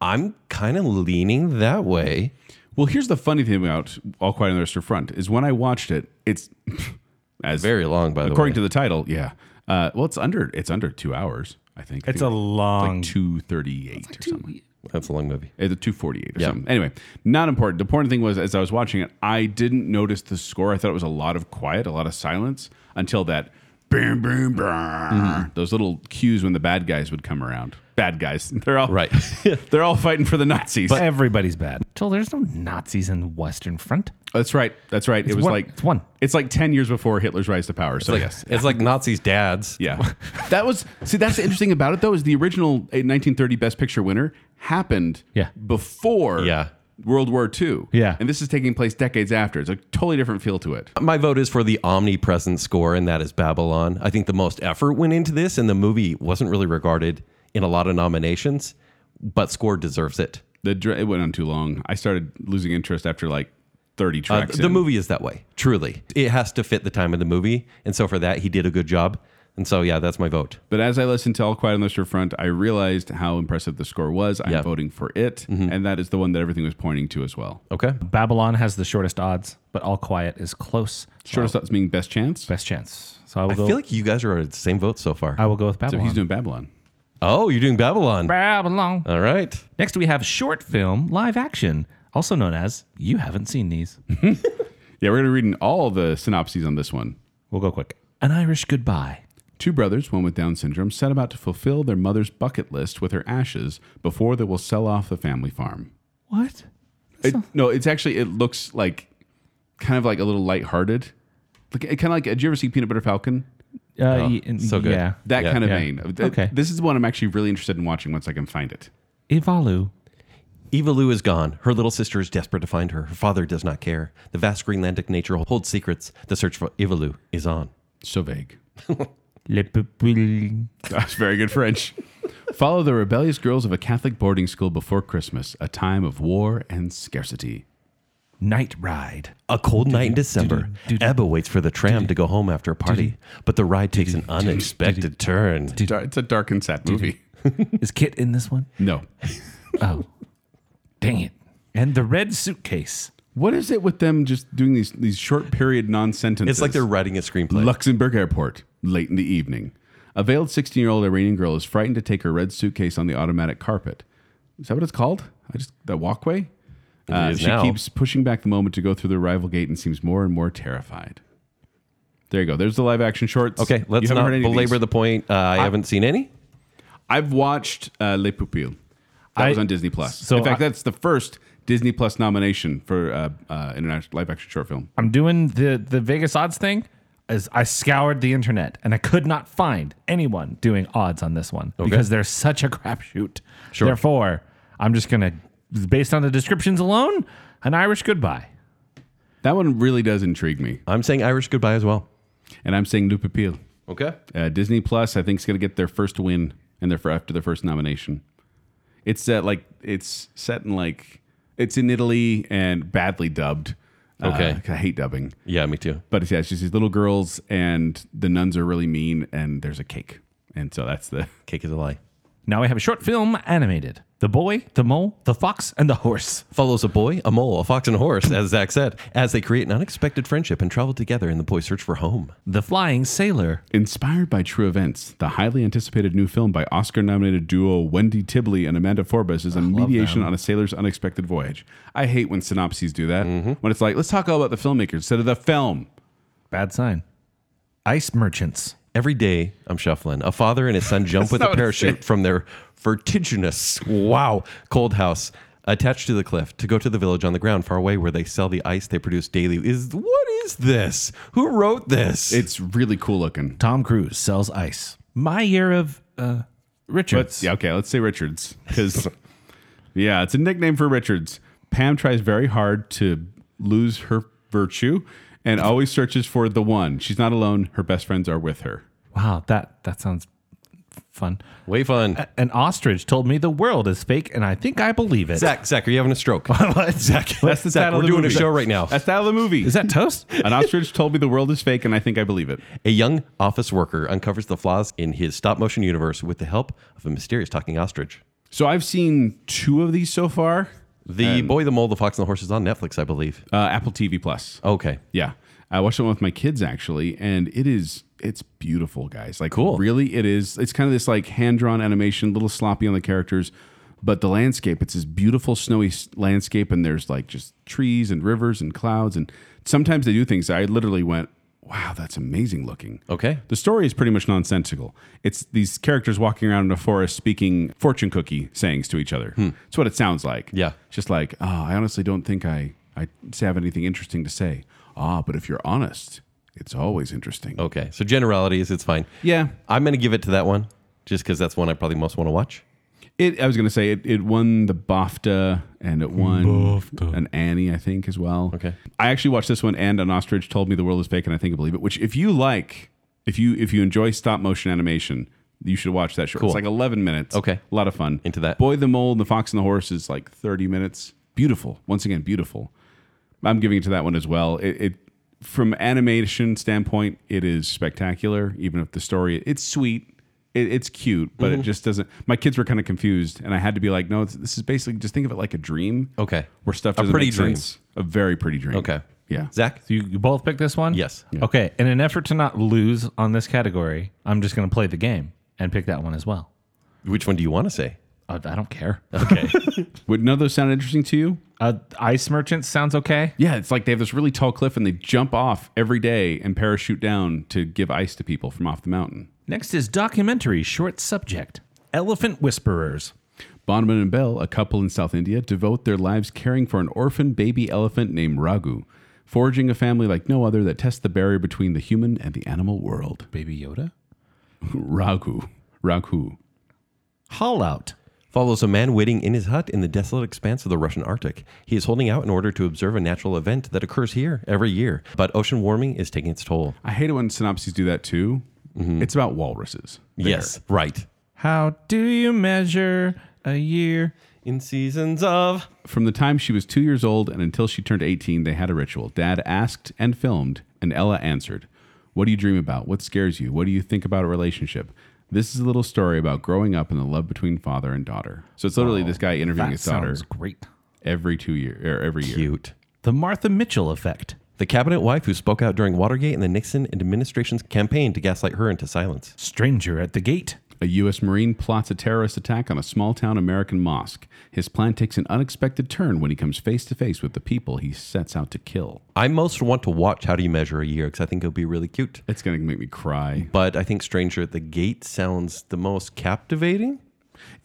I'm kind of leaning that way.
Well, here's the funny thing about All Quiet on the Western Front is when I watched it, it's *laughs* as
Very long, by the
according
way.
to the title, yeah. Uh, well, it's under it's under two hours, I think. I
It's
think
a long-
like two thirty eight or something.
That's a long movie.
At Uh, the 248 or
Yeah.
something. Anyway, not important. The important thing was as I was watching it, I didn't notice the score. I thought it was a lot of quiet, a lot of silence until that boom, boom, boom. Those little cues when the bad guys would come around. Bad guys. *laughs* They're all
Right.
they're all fighting for the Nazis.
Everybody's bad. Joel, there's no Nazis in the Western Front.
that's right. That's right. It was
one-
like
it's one.
It's like 10 years before Hitler's rise to power. So
Like,
yes.
It's like Nazis' dads.
Yeah. *laughs* that was see that's the interesting about it though is the original uh, 1930 best picture winner happened
Yeah.
before
Yeah.
World War II.
Yeah.
And this is taking place decades after. It's a totally different feel to it.
My vote is for the omnipresent score, and that is Babylon. I think the most effort went into this, and the movie wasn't really regarded in a lot of nominations, but score deserves it.
The dra- it went on too long. I started losing interest after like 30
Uh,
tracks.
the
in.
movie is that way, truly. It has to fit the time of the movie, and so for that, he did a good job. And so, yeah, that's my vote.
But as I listened to All Quiet on the Western Front, I realized how impressive the score was. I'm
Yeah.
voting for it, and that is the one that everything was pointing to as well.
Okay.
Babylon has the shortest odds, but All Quiet is close.
Shortest thoughts meaning best chance.
Best chance. So I will
I
go.
feel like you guys are at the same vote so far.
I will go with
So
Babylon.
he's doing Babylon.
Oh, you're doing Babylon.
Babylon.
All right.
Next, we have short film live action, also known as You Haven't Seen These.
Yeah, we're going to be reading all the synopses on this one.
We'll go quick. An Irish Goodbye.
Two brothers, one with Down syndrome, set about to fulfill their mother's bucket list with her ashes before they will sell off the family farm.
What?
It- no, it's actually it looks like kind of like a little lighthearted. Like it kind of like did you ever see Peanut Butter Falcon?
Uh, y- and-
so good.
Yeah.
That
Yeah.
kind of
Yeah.
vein. Th-
Okay.
This is one I'm actually really interested in watching once I can find it.
Ivalu.
Eva Lou is gone. Her little sister is desperate to find her. Her father does not care. The vast Greenlandic nature holds secrets. The search for Eva Lou is on.
So vague.
Le peuple.
*laughs* That's very good *laughs* French. Follow the rebellious girls of a Catholic boarding school before Christmas, a time of war and scarcity.
Night Ride.
A cold night in December. Ebba waits for the tram to go home after a party, but the ride takes an unexpected turn.
Dar- It's a dark and sad movie.
Is Kit in this one?
No. *laughs*
Oh. Dang it. And the red suitcase.
What is it with them just doing these these short period non sentences?
It's like they're writing a screenplay.
Luxembourg Airport, late in the evening. A veiled 16 year old Iranian girl is frightened to take her red suitcase on the automatic carpet. Is that what it's called? I just That walkway?
It
Uh,
is
she
now.
keeps pushing back the moment to go through the arrival gate and seems more and more terrified. There you go. There's the live action shorts.
Okay, let's not belabor the point. Uh, I haven't seen any.
I've watched uh, Les Pupilles. That
I-
was on Disney Plus.
so
in fact,
I-
that's the first Disney Plus nomination for uh, uh, international live action short film.
I'm doing the the Vegas odds thing. Is I scoured the internet and I could not find anyone doing odds on this one because they're such a *laughs* crapshoot.
Sure.
Therefore, I'm just gonna, based on the descriptions alone, an Irish goodbye.
That one really does intrigue me,
I'm saying Irish goodbye as well.
and I'm saying Les Pupilles.
Okay.
Uh, Disney Plus, I think, is going to get their first win and their after their first nomination. It's set like it's set in like it's in Italy and badly dubbed. Uh,
Okay.
I hate dubbing,
Yeah, me too.
but it's, yeah, it's just these little girls and the nuns are really mean, and there's a cake, and so that's the
Cake is a lie.
Now we have a short film animated: the boy, the mole, the fox, and the horse.
Follows a boy, a mole, a fox, and a horse, as Zach said, as they create an unexpected friendship and travel together in the boy's search for home.
The flying sailor.
Inspired by True Events, the highly anticipated new film by Oscar nominated duo Wendy Tibley and Amanda Forbes is a mediation on a sailor's unexpected voyage. I hate when synopses do that.
Mm-hmm.
When it's like, let's talk all about the filmmaker instead of the film.
Bad sign. Ice merchants.
Every day, I'm shuffling. A father and his son jump with a
not what it
parachute from their vertiginous, wow, cold house attached to the cliff to go to the village on the ground far away where they sell the ice they produce daily. Is what is this? Who wrote this?
It's really cool looking.
Tom Cruise sells ice. My year of uh, Richards.
Let's, yeah, okay, let's say Richards
*laughs*
because, yeah, it's a nickname for Richards. Pam tries very hard to lose her virtue and always searches for the one. She's not alone. Her best friends are with her.
Wow, that that sounds fun.
way fun.
A- An ostrich told me the world is fake, and I think I believe it.
Zach, Zach, are you having a stroke?
*laughs* What?
Zach,
That's the
Zach,
title
we're
of the
doing
movie.
a show right now.
That's the title of the movie.
Oh. Is that toast?
An ostrich told me the world is fake, and I think I believe it.
A young office worker uncovers the flaws in his stop motion universe with the help of a mysterious talking ostrich.
So I've seen two of these so far.
The boy, the mole, the fox, and the horse is on Netflix, I believe.
Uh, Apple TV Plus.
Okay.
Yeah, I watched one with my kids actually, and it is it's beautiful, guys. Like, cool. Really, it is. It's kind of this like hand drawn animation, little sloppy on the characters, but the landscape. It's this beautiful snowy s- landscape, and there's like just trees and rivers and clouds, and sometimes they do things. I literally went, "Wow, that's amazing looking."
Okay.
The story is pretty much nonsensical. It's these characters walking around in a forest speaking fortune cookie sayings to each other. It's what it sounds like.
Yeah.
It's Just like, oh, I honestly don't think I, I have anything interesting to say. Ah, but if you're honest, it's always interesting.
Okay. So generalities, it's fine.
Yeah.
I'm going to give it to that one just because that's one I probably most want to watch.
It, I was going to say it, it won the BAFTA and it won an Annie, I think, as well.
Okay.
I actually watched this one and an ostrich told me the world is fake and I think I believe it, which if you like, if you if you enjoy stop motion animation, you should watch that short.
Cool.
It's like 11 minutes.
Okay.
A lot of fun.
Into that.
Boy, the Mole, and the Fox and the Horse is like 30 minutes. Beautiful. Once again, beautiful. I'm giving it to that one as well. It, it from animation standpoint, it is spectacular. Even if the story, it's sweet, it, it's cute, but
Mm-hmm.
it just doesn't. My kids were kind of confused, and I had to be like, "No, it's, this is basically just think of it like a dream."
Okay.
where stuff
A
doesn't
pretty
make
dream.
sense. A very pretty dream.
Okay.
yeah.
Zach?
So you, you both pick this one?
Yes.
Okay. In an effort to not lose on this category, I'm just going to play the game and pick that one as well.
Which one do you want to say?
I, I don't care.
*laughs* Okay.
Would none of those sound interesting to you?
Uh, ice merchants sounds okay.
Yeah, it's like they have this really tall cliff, and they jump off every day and parachute down to give ice to people from off the mountain.
Next is documentary short subject Elephant Whisperers.
Bonman and Bell, a couple in South India, devote their lives caring for an orphan baby elephant named Ragu, forging a family like no other that tests the barrier between the human and the animal world.
Baby Yoda?
Ragu. Ragu.
Hall Out.
follows a man waiting in his hut in the desolate expanse of the Russian Arctic. He is holding out in order to observe a natural event that occurs here every year, but ocean warming is taking its toll.
I hate it when synopses do that too. It's about walruses. There.
Yes, right.
How do you measure a year?
In seasons of
From the time she was two years old and until she turned 18, they had a ritual. Dad asked and filmed, and Ella answered. What do you dream about? What scares you? What do you think about a relationship? This is a little story about growing up and the love between father and daughter. So it's literally this guy interviewing his daughter
sounds great.
every two year or every year.
cute.
The Martha Mitchell effect.
The cabinet wife who spoke out during Watergate and the Nixon administration's campaign to gaslight her into silence.
Stranger at the gate.
A U.S. Marine plots a terrorist attack on a small town American mosque. His plan takes an unexpected turn when he comes face to face with the people he sets out to kill.
I most want to watch How Do You Measure a Year because I think it'll be really cute.
It's going to make me cry.
But I think Stranger at the Gate sounds the most captivating.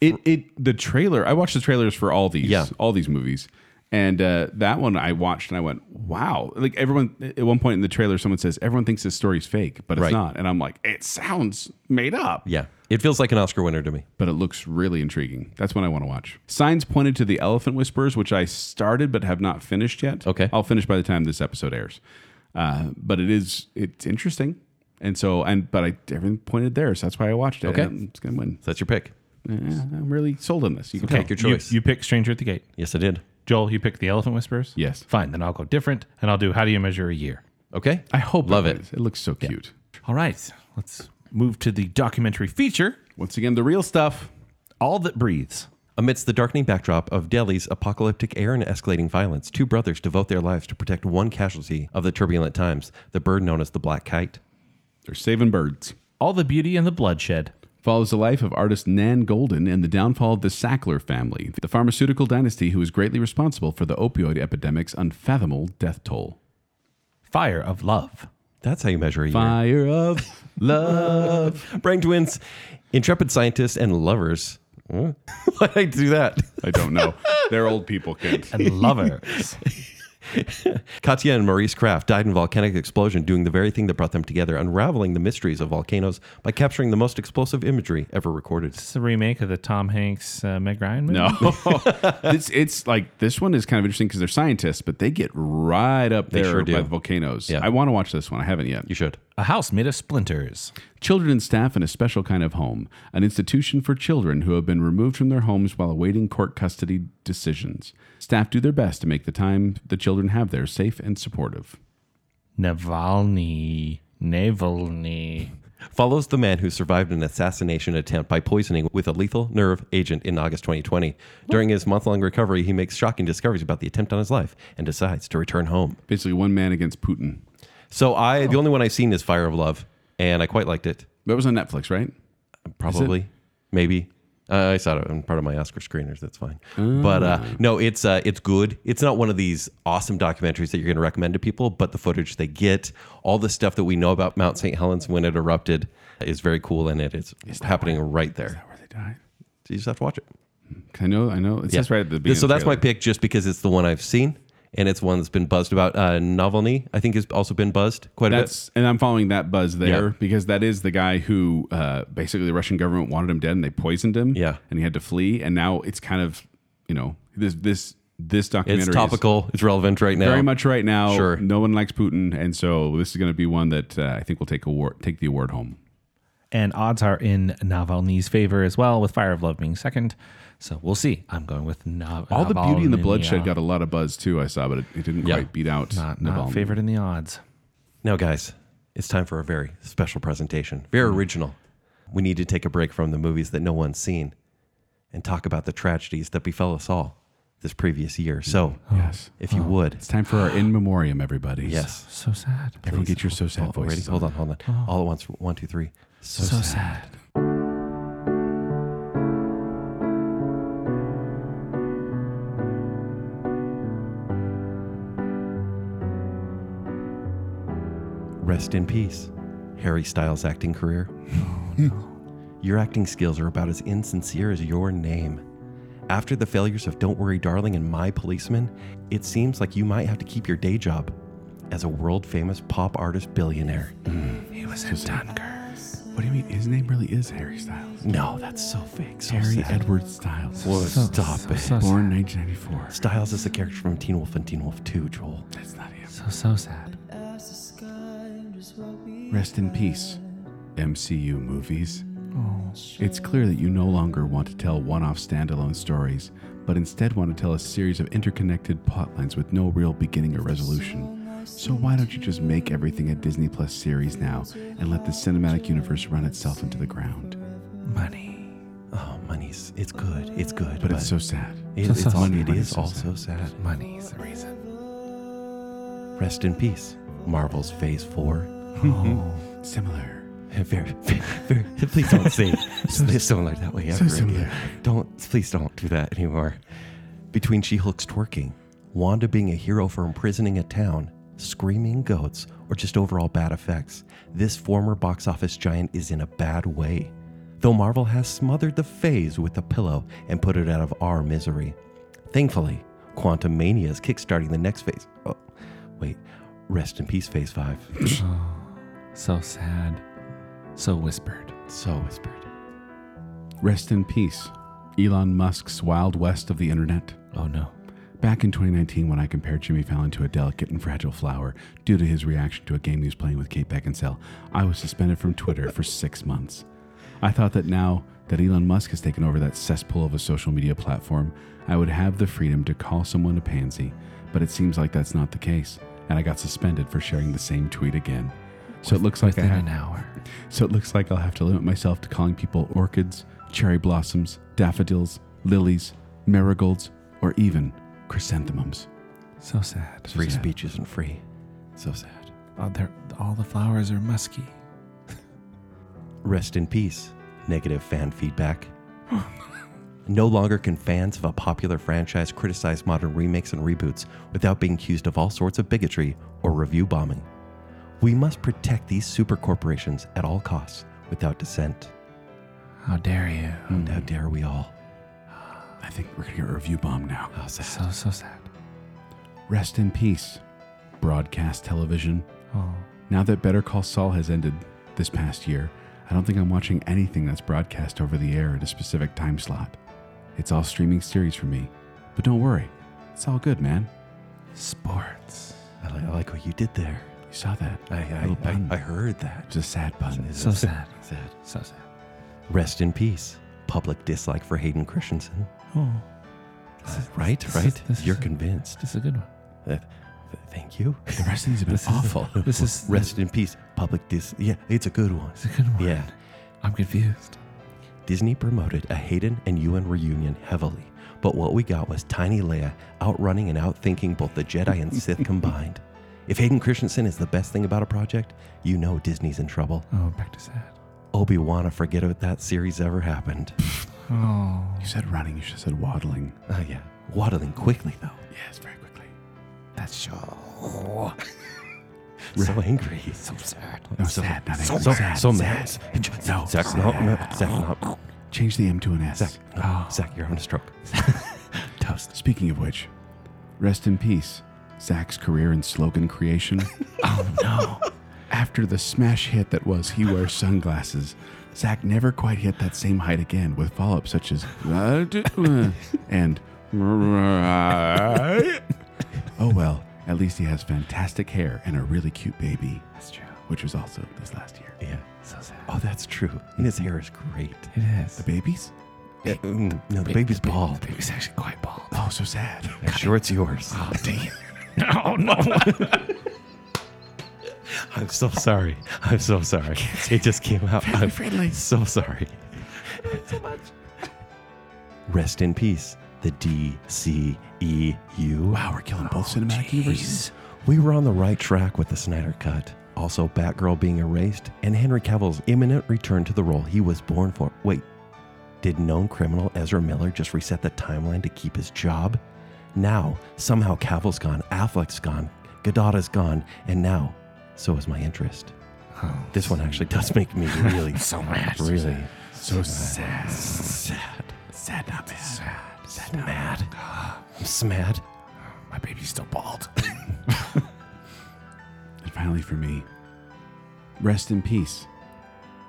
It it the trailer. I watched the trailers for all these
Yeah.
all these movies, and uh, that one I watched and I went, wow! Like everyone at one point in the trailer, someone says everyone thinks this story's fake, but it's
Right.
not, and I'm like, it sounds made up.
Yeah. It feels like an Oscar winner to me.
but it looks really intriguing. That's one I want to watch. Signs pointed to the Elephant Whispers, which I started but have not finished yet.
Okay.
I'll finish by the time this episode airs. Uh, but it is it's interesting, and so and but I everything pointed there, so that's why I watched it.
Okay.
And it's gonna win.
So that's your pick.
Uh, I'm really sold on this. You can
Okay.
tell.
Take your
You-
choice.
You, pick Stranger at the Gate.
Yes, I did.
Joel, you pick the Elephant Whispers?
Yes.
Fine, then I'll go different and I'll do How Do You Measure a Year?
Okay.
I hope
Love
wins. It looks so cute.
All right, let's move to the documentary feature
Once again, the real stuff.
All That Breathes.
Amidst the darkening backdrop of Delhi's apocalyptic air and escalating violence, two brothers devote their lives to protect one casualty of the turbulent times, the bird known as the Black Kite.
They're saving birds.
All the Beauty and the Bloodshed.
follows the life of artist Nan Golden and the downfall of the Sackler family, the pharmaceutical dynasty who is greatly responsible for the opioid epidemic's unfathomable death toll.
Fire of Love.
That's how you measure a year.
Fire of love.
Brain twins, intrepid scientists, and lovers. Hmm? *laughs* Why'd I do that?
*laughs* I don't know. They're old people kids.
*laughs*
And Lover.
Katya and Maurice Kraft died in volcanic explosion, doing the very thing that brought them together, unraveling the mysteries of volcanoes by capturing the most explosive imagery ever recorded.
It's a remake of the Tom Hanks uh, Meg Ryan movie.
No, it's it's like this one is kind of interesting because they're scientists, but they get right up there
sure
by
do.
the volcanoes.
Yeah.
I want to watch this one. I haven't yet.
You should.
A House Made of Splinters.
Children and staff in a special kind of home, an institution for children who have been removed from their homes while awaiting court custody decisions. Staff do their best to make the time the children have there safe and supportive.
Navalny. Navalny.
follows the man who survived an assassination attempt by poisoning with a lethal nerve agent in August 2020. During his month long recovery, he makes shocking discoveries about the attempt on his life and decides to return home.
Basically, one man against Putin.
So I the only one I've seen is Fire of Love, and I quite liked it.
That was on Netflix, right?
Probably, maybe. Uh, I saw it on part of my Oscar screeners. That's fine. But uh, no, it's uh, it's good. It's not one of these awesome documentaries that you're going to recommend to people. But the footage they get, all the stuff that we know about Mount St. Helens when it erupted, is very cool, and it is happening right there.
Where they died.
So you just have to watch it.
'Cause I know, I know. It's just right at the
Th-
beginning.
So
of the
that's my
trailer.
pick just because it's the one I've seen and it's one that's been buzzed about. Uh, Novelny, I think, has also been buzzed quite
That's and I'm following that buzz there
Yeah.
because that is the guy who uh, basically the Russian government wanted him dead and they poisoned him.
Yeah.
and he had to flee. And now it's kind of you know this this this
a bit.
documentary.
It's
is
topical, it's relevant right now.
very much right now.
Sure.
no one likes Putin, and so this is going to be one that uh, I think will take award take the award home.
And odds are in Navalny's favor as well, with Fire of Love being second. So we'll see. I'm going with Nav-
All the beauty and the
Navalny.
bloodshed got a lot of buzz too. I saw, but it, it didn't
Yeah.
quite beat out
not, not
Navalny.
favored in the odds.
Now, guys, it's time for a very special presentation, very
Mm-hmm.
original. We need to take a break from the movies that no one's seen and talk about the tragedies that befell us all this previous year. So,
Yes,
if you would,
it's time for our in memoriam, everybody.
yes.
So sad.
Everyone get your so sad
Hold, ready?
voices.
Hold on, hold on. All at once. One, two, three. So,
So
sad.
sad.
Rest in peace, Harry Styles' acting career. your acting skills are about as insincere as your name. After the failures of Don't Worry Darling and My Policeman, it seems like you might have to keep your day job as a world famous pop artist billionaire.
He was in Dunkirk.
What do you mean? His name really is Harry Styles.
No, that's so fake. So
Harry
sad.
Edward Styles.
Stop it.
So, sad.
Born 1994.
Styles is the character from Teen Wolf and Teen Wolf 2, Joel.
That's not him.
so, so sad.
Rest in peace, MCU movies. It's clear that you no longer want to tell one off standalone stories, but instead want to tell a series of interconnected plotlines with no real beginning or resolution. So why don't you just make everything a Disney Plus series now and let the cinematic universe run itself into the ground?
Money.
Oh, money's. It's good. It's good.
But it's so sad.
it-
so
it's
sad.
all, it
Money
is
is so
all so sad.
Money's the reason.
Rest in peace. Marvel's Phase 4.
Similar.
Very, very, please don't *laughs* say this similar that way ever
similar.
again. Don't, please don't do that anymore. Between She Hulk's twerking, Wanda being a hero for imprisoning a town, screaming goats, or just overall bad effects, this former box office giant is in a bad way. Though Marvel has smothered the phase with a pillow and put it out of our misery. Thankfully, Quantum Mania is kickstarting the next phase. Oh, wait, rest in peace, Phase 5.
So sad. So whispered.
so whispered.
Rest in peace, Elon Musk's Wild West of the Internet.
Oh no.
Back in 2019, when I compared Jimmy Fallon to a delicate and fragile flower due to his reaction to a game he was playing with Kate Beckinsale, I was suspended from Twitter for six months. I thought that now that Elon Musk has taken over that cesspool of a social media platform, I would have the freedom to call someone a pansy, but it seems like that's not the case, and I got suspended for sharing the same tweet again. So it looks like I
Within
have,
an hour.
so it looks like I'll have to limit myself to calling people orchids, cherry blossoms, daffodils, lilies, marigolds, or even chrysanthemums.
So sad.
Free speech isn't free. So sad.
Oh, they're, all the flowers are musky.
Rest in peace. Negative fan *sighs* feedback. no longer can fans of a popular franchise criticize modern remakes and reboots without being accused of all sorts of bigotry or review bombing. We must protect these super corporations at all costs without dissent.
How dare you?
And how dare we all?
I think we're gonna get a review bomb now.
So so sad.
Rest in peace, broadcast television.
Oh.
Now that Better Call Saul has ended this past year, I don't think I'm watching anything that's broadcast over the air at a specific time slot. It's all streaming series for me. But don't worry, it's all good, man.
Sports.
I like, I like what you did there.
You saw that.
I, I,
Little
I,
pun.
I heard that.
It's a sad pun.
So sad.
Sad.
So sad.
Rest in peace. Public dislike for Hayden Christensen.
Oh.
Uh, Right,
this is-
right.
this is
You're
a-
convinced.
This is a good one.
Uh, th- thank *laughs* you.
The rest of these have been awful.
This is
Rest in peace. Public dis. Yeah, it's a good one.
This is a good one.
Yeah.
I'm confused.
Disney promoted a Hayden and Ewan reunion heavily, but what we got was Tiny Leia outrunning and outthinking both the Jedi and Sith combined. If Hayden Christensen is the best thing about a project, you know Disney's in trouble.
Oh, back to sad.
Obi Wan, I forget if that series ever happened.
Oh.
You said running, you should have said waddling.
Oh, yeah. Waddling quickly, though.
Yes, very quickly.
That's *laughs* Oh, show.
So angry. So
sad.
No, sad,
So,
not angry.
so,
sad,
so
sad.
mad.
No,
Zach, no, no, Zach, no.
Change the M to an S.
Zach, no. Zach, you're having a stroke.
Toast.
Speaking of which, rest in peace, Zach's career in slogan creation. oh no. After the smash hit that was He Wears Sunglasses, Zach never quite hit that same height again with follow ups such as *laughs* and *laughs* Oh well, at least he has fantastic hair and a really cute baby,
That's true.
which was also this last year.
Yeah.
So sad.
Oh, that's true. And his hair is great.
It is.
The babies?
Yeah, mm, no, the baby's bald.
The baby's actually quite bald.
Oh, so sad.
I'm sure it's yours.
Oh,
*laughs*
damn. oh, no.
*laughs* I'm so sorry. I'm so *laughs* sorry. It just came out. *laughs* I'm
friendly.
so sorry. Rest in peace, the E DCEU.
Wow, we're killing both cinematic universes.
Oh, We were on the right track with the Snyder Cut. Also, Batgirl being erased, and Henry Cavill's imminent return to the role he was born for. Wait, did known criminal Ezra Miller just reset the timeline to keep his job? Now, somehow Cavill's gone, Affleck's gone, Godot's gone, and now, so is my interest.
Oh,
This one actually does make me
*laughs*
really,
So mad.
really
So sad.
sad,
Sad, not bad. Sad. Sad, not
mad. I'm smad.
My baby's still bald.
And finally, for me, rest in peace,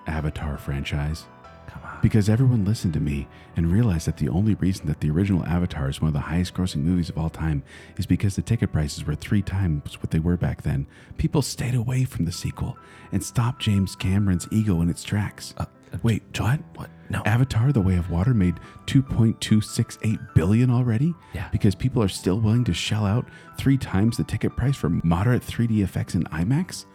Avatar franchise. Come on. Because everyone listened to me and realized that the only reason that the original Avatar is one of the highest grossing movies of all time is because the ticket prices were three times what they were back then. People stayed away from the sequel and stopped James Cameron's ego in its tracks. Wait, what? What?
No.
Avatar: The Way of Water made 2.268 billion already.
Yeah.
Because people are still willing to shell out three times the ticket price for moderate 3D effects in IMAX.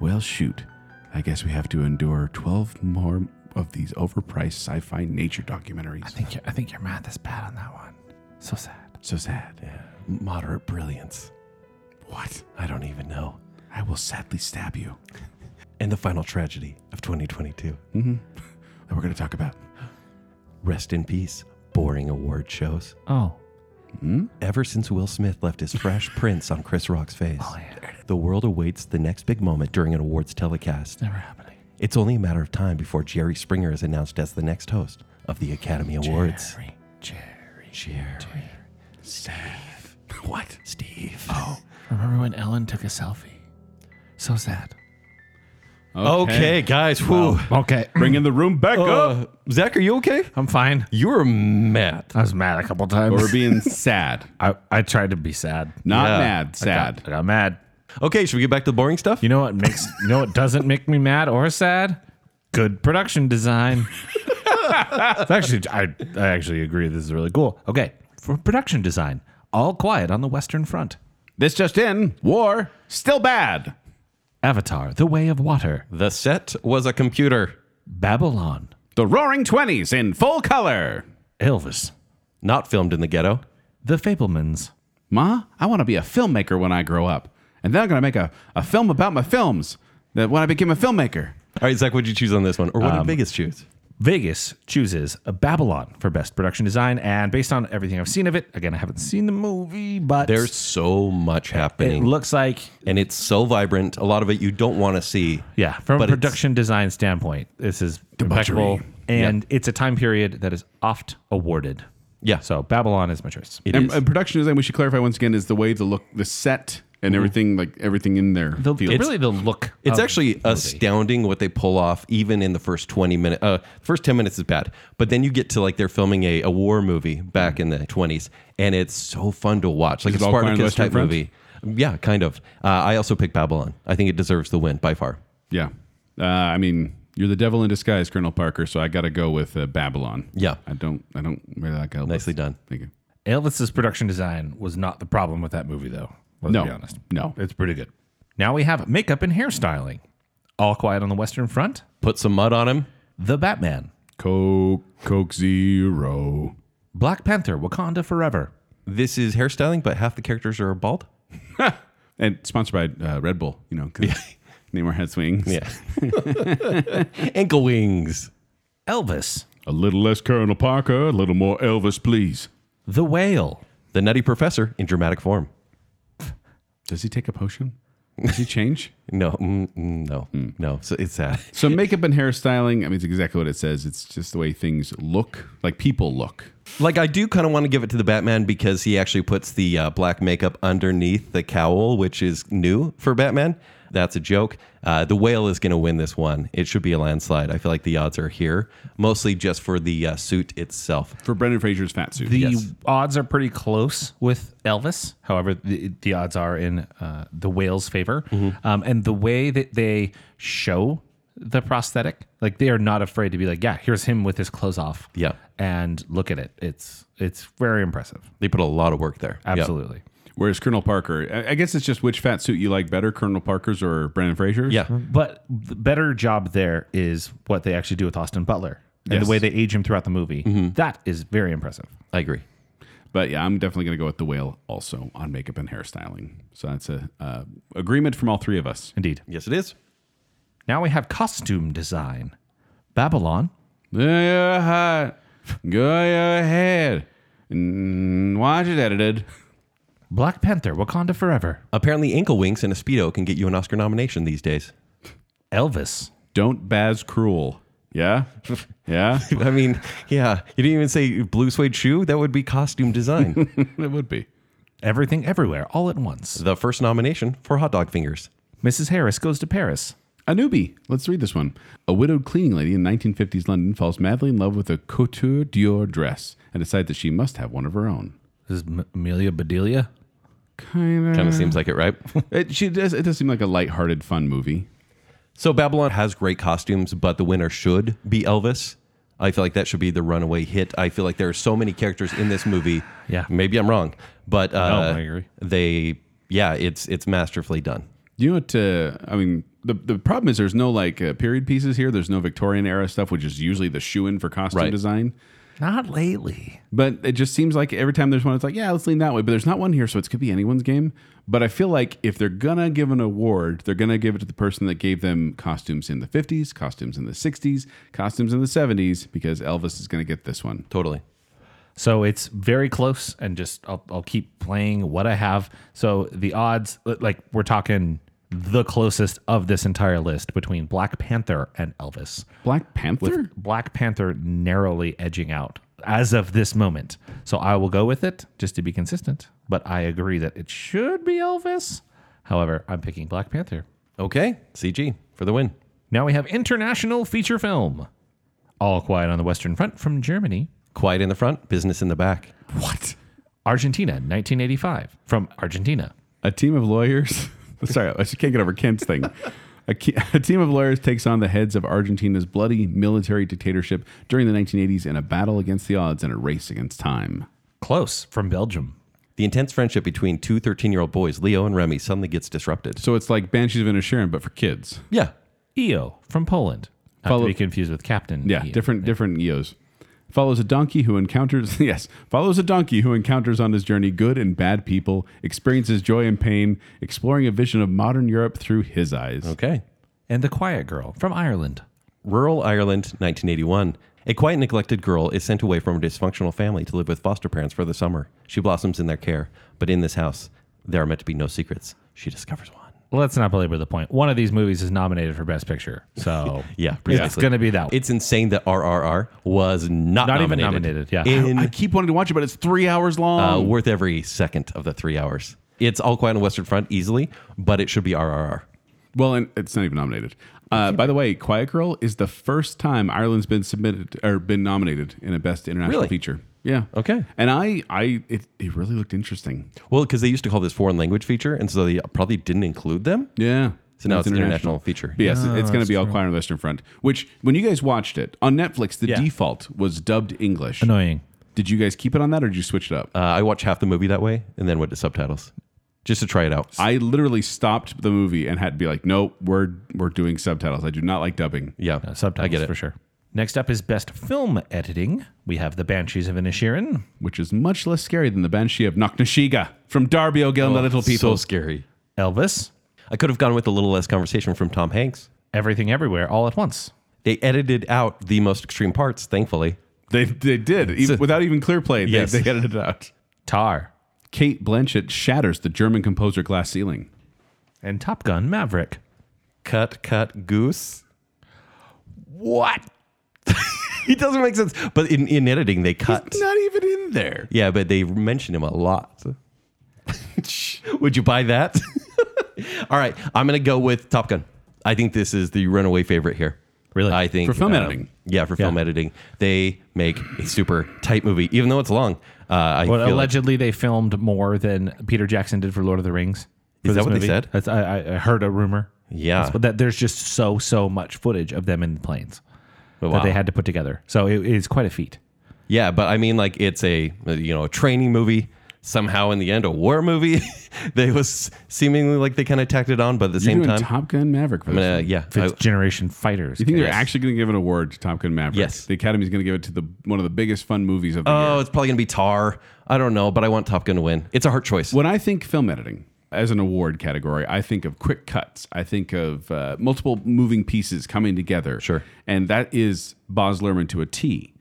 Well, shoot. I guess we have to endure 12 more of these overpriced sci-fi nature documentaries.
think your, I think your math is bad on that one. So sad.
so sad.
Moderate brilliance.
What?
I don't even know.
I will sadly stab you.
And the final tragedy of 2022.
That we're going to talk about.
Rest in peace, boring award shows.
Oh,
Ever since Will Smith left his *laughs* fresh prints on Chris Rock's face, the world awaits the next big moment during an awards telecast.
never happening.
It's only a matter of time before Jerry Springer is announced as the next host of the Academy Awards.
Jerry.
Jerry. *laughs*
Steve. What?
Steve. Oh.
Remember when Ellen took a selfie? So sad.
*laughs* Okay, guys. Whew.
Okay.
Bringing the room back up.
Oh.
Uh, Zach, are you okay?
I'm fine.
You were mad.
I was mad a couple times.
Or being *laughs* sad.
I, I tried to be sad.
Not
Yeah.
mad, sad.
I got mad.
Okay, should we get back to the boring stuff?
You know what makes you know what doesn't make me mad or sad? Good production design. *laughs* it's actually I, I actually agree this is really cool. Okay. For production design, all quiet on the Western Front.
This just in. War. Still bad.
Avatar, The Way of Water,
The set was a computer,
Babylon,
The Roaring Twenties in full color.
Elvis,
not filmed in the ghetto.
The Fablemans,
Ma, I want to be a filmmaker when I grow up. And then I'm going to make a, a film about my films that when I became a filmmaker.
All right, Zach, what'd you choose on this one? Or what did Vegas choose?
Vegas chooses Babylon for best production design, and based on everything I've seen of it, again I haven't seen the movie, but
There's so much
it
happening.
looks like
and it's so vibrant. A lot of it you don't want to see.
yeah, from a
But it's-
production design standpoint, this is
Debauchery.
impeccable, and it's a time period that is oft awarded.
Yeah.
So Babylon is my choice.
It
And,
is.
and production design, we should clarify once again, is the way the look, the set, and everything, like everything in there.
Mm-hmm. The,
feels.
really the look.
It's
of
actually
the movie.
astounding what they pull off, even in the first twenty minutes. Uh, first ten minutes is bad, but then you get to like they're filming a, a war movie back in the twenties, and it's so fun to watch, like
Is
a
it all kind
Spartacus
of Western
type
Front?
movie. Yeah, kind of. Uh, I also picked Babylon. I think it deserves the win by far.
yeah. Uh, I mean, you're the devil in disguise, Colonel Parker. So I got to go with uh, Babylon.
Yeah.
I don't. I don't really like Elvis.
Nicely done.
Thank you.
Elvis's production design was not the problem with that movie, though. Let's
No.
be honest.
No.
it's pretty good. Now we have makeup and hairstyling. All Quiet on the Western Front,
Put some mud on him.
The Batman,
Coke, Coke Zero.
Black Panther, Wakanda Forever,
This is hairstyling, but half the characters are bald.
And sponsored by uh, Red Bull, you know, because *laughs* Namor had
*laughs*
swings.
Yeah, ankle wings.
Elvis,
A little less Colonel Parker, a little more Elvis, please.
The Whale,
The Nutty Professor in dramatic form.
Does he take a potion? Does he change? *laughs*
No, mm, mm, no, no. So it's sad.
so makeup and hairstyling, I mean, it's exactly what it says. It's just the way things look, like people look.
Like I do kind of want to give it to the Batman because he actually puts the uh, black makeup underneath the cowl, which is new for Batman. That's a joke. Uh, the whale is going to win this one. It should be a landslide. I feel like the odds are here, mostly just for the uh, suit itself.
For Brendan Fraser's fat suit.
The
Yes.
odds are pretty close with Elvis. However, the, the odds are in uh, the whale's favor.
Mm-hmm.
Um, and the way that they show the prosthetic, like they are not afraid to be like, yeah, here's him with his clothes off.
Yeah.
And look at it. It's it's very impressive.
They put a lot of work there. Yep.
Absolutely.
Whereas Colonel Parker, I I guess it's just which fat suit you like better, Colonel Parker's or Brendan Fraser's.
Yeah.
But the better job there is what they actually do with Austin Butler and
Yes.
the way they age him throughout the movie.
Mm-hmm.
That is very impressive.
I agree.
But yeah, I'm definitely going to go with the whale also on makeup and hairstyling. So that's a uh, agreement from all three of us.
Indeed.
Yes, it is.
Now we have costume design. Babylon,
Yeah, hot. Go ahead and watch it edited.
Black Panther, Wakanda Forever,
Apparently, ankle wings and a speedo can get you an Oscar nomination these days. *laughs*
Elvis,
Don't Baz cruel. Yeah, yeah,
I mean, yeah. You didn't even say blue suede shoe. That would be costume
*laughs*
design.
it would be.
Everything Everywhere All at Once.
the first nomination for hot dog fingers.
Mrs. Harris Goes to Paris,
A newbie. Let's read this one. A widowed cleaning lady in 1950s London falls madly in love with a couture d'or dress and decides that she must have one of her own.
This is M- Amelia Bedelia.
Kind
Kind of
Mm.
seems like it, right?
It, she does. It does seem like a lighthearted, fun movie.
so Babylon has great costumes, but the winner should be Elvis. I feel like that should be the runaway hit. I feel like there are so many characters in this movie.
Yeah.
maybe I'm wrong, but uh,
I agree.
They, yeah, it's it's masterfully done.
You know what? Uh, I mean, the the problem is there's no like uh, period pieces here. There's no Victorian era stuff, which is usually the shoe in for costume
Right.
design.
Not lately.
But it just seems like every time there's one, it's like, yeah, let's lean that way. But there's not one here, so it could be anyone's game. But I feel like if they're gonna give an award, they're gonna give it to the person that gave them costumes in the 50s, costumes in the 60s, costumes in the 70s, because Elvis is gonna get this one.
Totally.
So it's very close, and just I'll, I'll keep playing what I have. So the odds, li- like we're talking the closest of this entire list between Black Panther and Elvis.
Black Panther.
Black Panther narrowly edging out as of this moment. So I will go with it just to be consistent, but I agree that it should be Elvis. However, I'm picking Black Panther.
Okay, CG for the win.
Now we have international feature film All Quiet on the Western Front from Germany,
Quiet in the front, business in the back.
Argentina, 1985 from Argentina.
A team of lawyers. *laughs* Sorry, I just can't get over Kent's *laughs* thing. A, ke- a team of lawyers takes on the heads of Argentina's bloody military dictatorship during the 1980s in a battle against the odds and a race against time.
Close from Belgium.
The intense friendship between two 13 year old boys, Leo and Remy, suddenly gets disrupted.
So it's like Banshees of Inisherin, but for kids.
Yeah.
EO E from Poland. Not
Follow-
to be confused with Captain. E
Yeah,
EO.
different different EOs. Follows a donkey who encounters *laughs* yes, follows a donkey who encounters on his journey good and bad people, experiences joy and pain, exploring a vision of modern Europe through his eyes.
Okay.
And The Quiet Girl from Ireland.
Rural Ireland, 1981. A quiet, neglected girl is sent away from a dysfunctional family to live with foster parents for the summer. She blossoms in their care, but in this house, there are meant to be no secrets. She discovers one.
Let's not belabor the point. One of these movies is nominated for Best Picture. So
*laughs* Yeah,
it's
precisely.
going to be that one.
It's insane that RRR was not,
Not even
nominated.
nominated, yeah.
In,
I keep wanting to watch it, but it's three hours
uh,
long.
worth every second of the three hours. It's All Quiet on the Western Front easily, but it should be RRR.
well, and it's not even nominated. Uh, by the way, Quiet Girl is the first time Ireland's been submitted or been nominated in a Best International
Really?
Feature. Yeah.
Okay.
And I, I, it, it really looked interesting.
Well, because they used to call this foreign language feature, and so they probably didn't include them.
Yeah.
So now it's international feature.
But yes, it's going to be All Quiet on the Western Front, which when you guys watched it on Netflix, the
Yeah.
default was dubbed English.
Annoying.
Did you guys keep it on that or did you switch it up?
Uh, I watched half the movie that way and then went to subtitles just to try it out.
I literally stopped the movie and had to be like, no, we're, we're doing subtitles. I do not like dubbing.
yeah,
Uh, subtitles
I get it.
for sure. Next up is Best Film Editing. We have The Banshees of Inisherin.
Which is much less scary than the Banshee of Knocknashiga from Darby O'Gill and the Little People.
Oh, So scary.
Elvis,
I could have gone with a little less conversation from Tom Hanks.
Everything Everywhere All at Once.
They edited out the most extreme parts, thankfully.
they, they did, even, without even clear play. They,
Yes.
they edited it out.
Tar
Kate Blanchett shatters the German composer glass ceiling.
and Top Gun Maverick.
Cut, cut, goose.
What?
*laughs* It doesn't make sense. But in, in editing, they cut.
Not even in there.
Yeah, but they mention him a
*laughs*
lot. Would you buy that? *laughs* All right, I'm going to go with Top Gun. I think this is the runaway favorite here.
Really?
I think um,
For film editing.
Yeah, for film
Yeah.
editing, they make a super tight movie, even though it's long. Uh, I
Well,
feel like-
allegedly they filmed more than Peter Jackson did for Lord of the Rings. for
Is that
this
what they said?
That's, I, I- I heard a rumor.
Yeah.
That's what- that there's just so so much footage of them in the planes
wow.
that they had to put together. So it is quite a feat.
Yeah, but I mean, like it's a you know a training movie. Somehow in the end, a war movie. *laughs* they was seemingly like they kind of tacked it on, but at the
You're
same
doing
time,
Top Gun Maverick for this.
uh,
one.
yeah, I-
Fifth generation fighters.
You think they're
Yes.
actually going to give an award to Top Gun Maverick?
Yes.
The Academy's going to give it to the one of the biggest fun movies of the
oh,
year.
it's probably gonna be Tar. I don't know, but I want Top Gun to win. It's a hard choice.
When I think film editing as an award category, I think of quick cuts. I think of uh, multiple moving pieces coming together.
Sure.
And that is Boz Luhrmann to a T.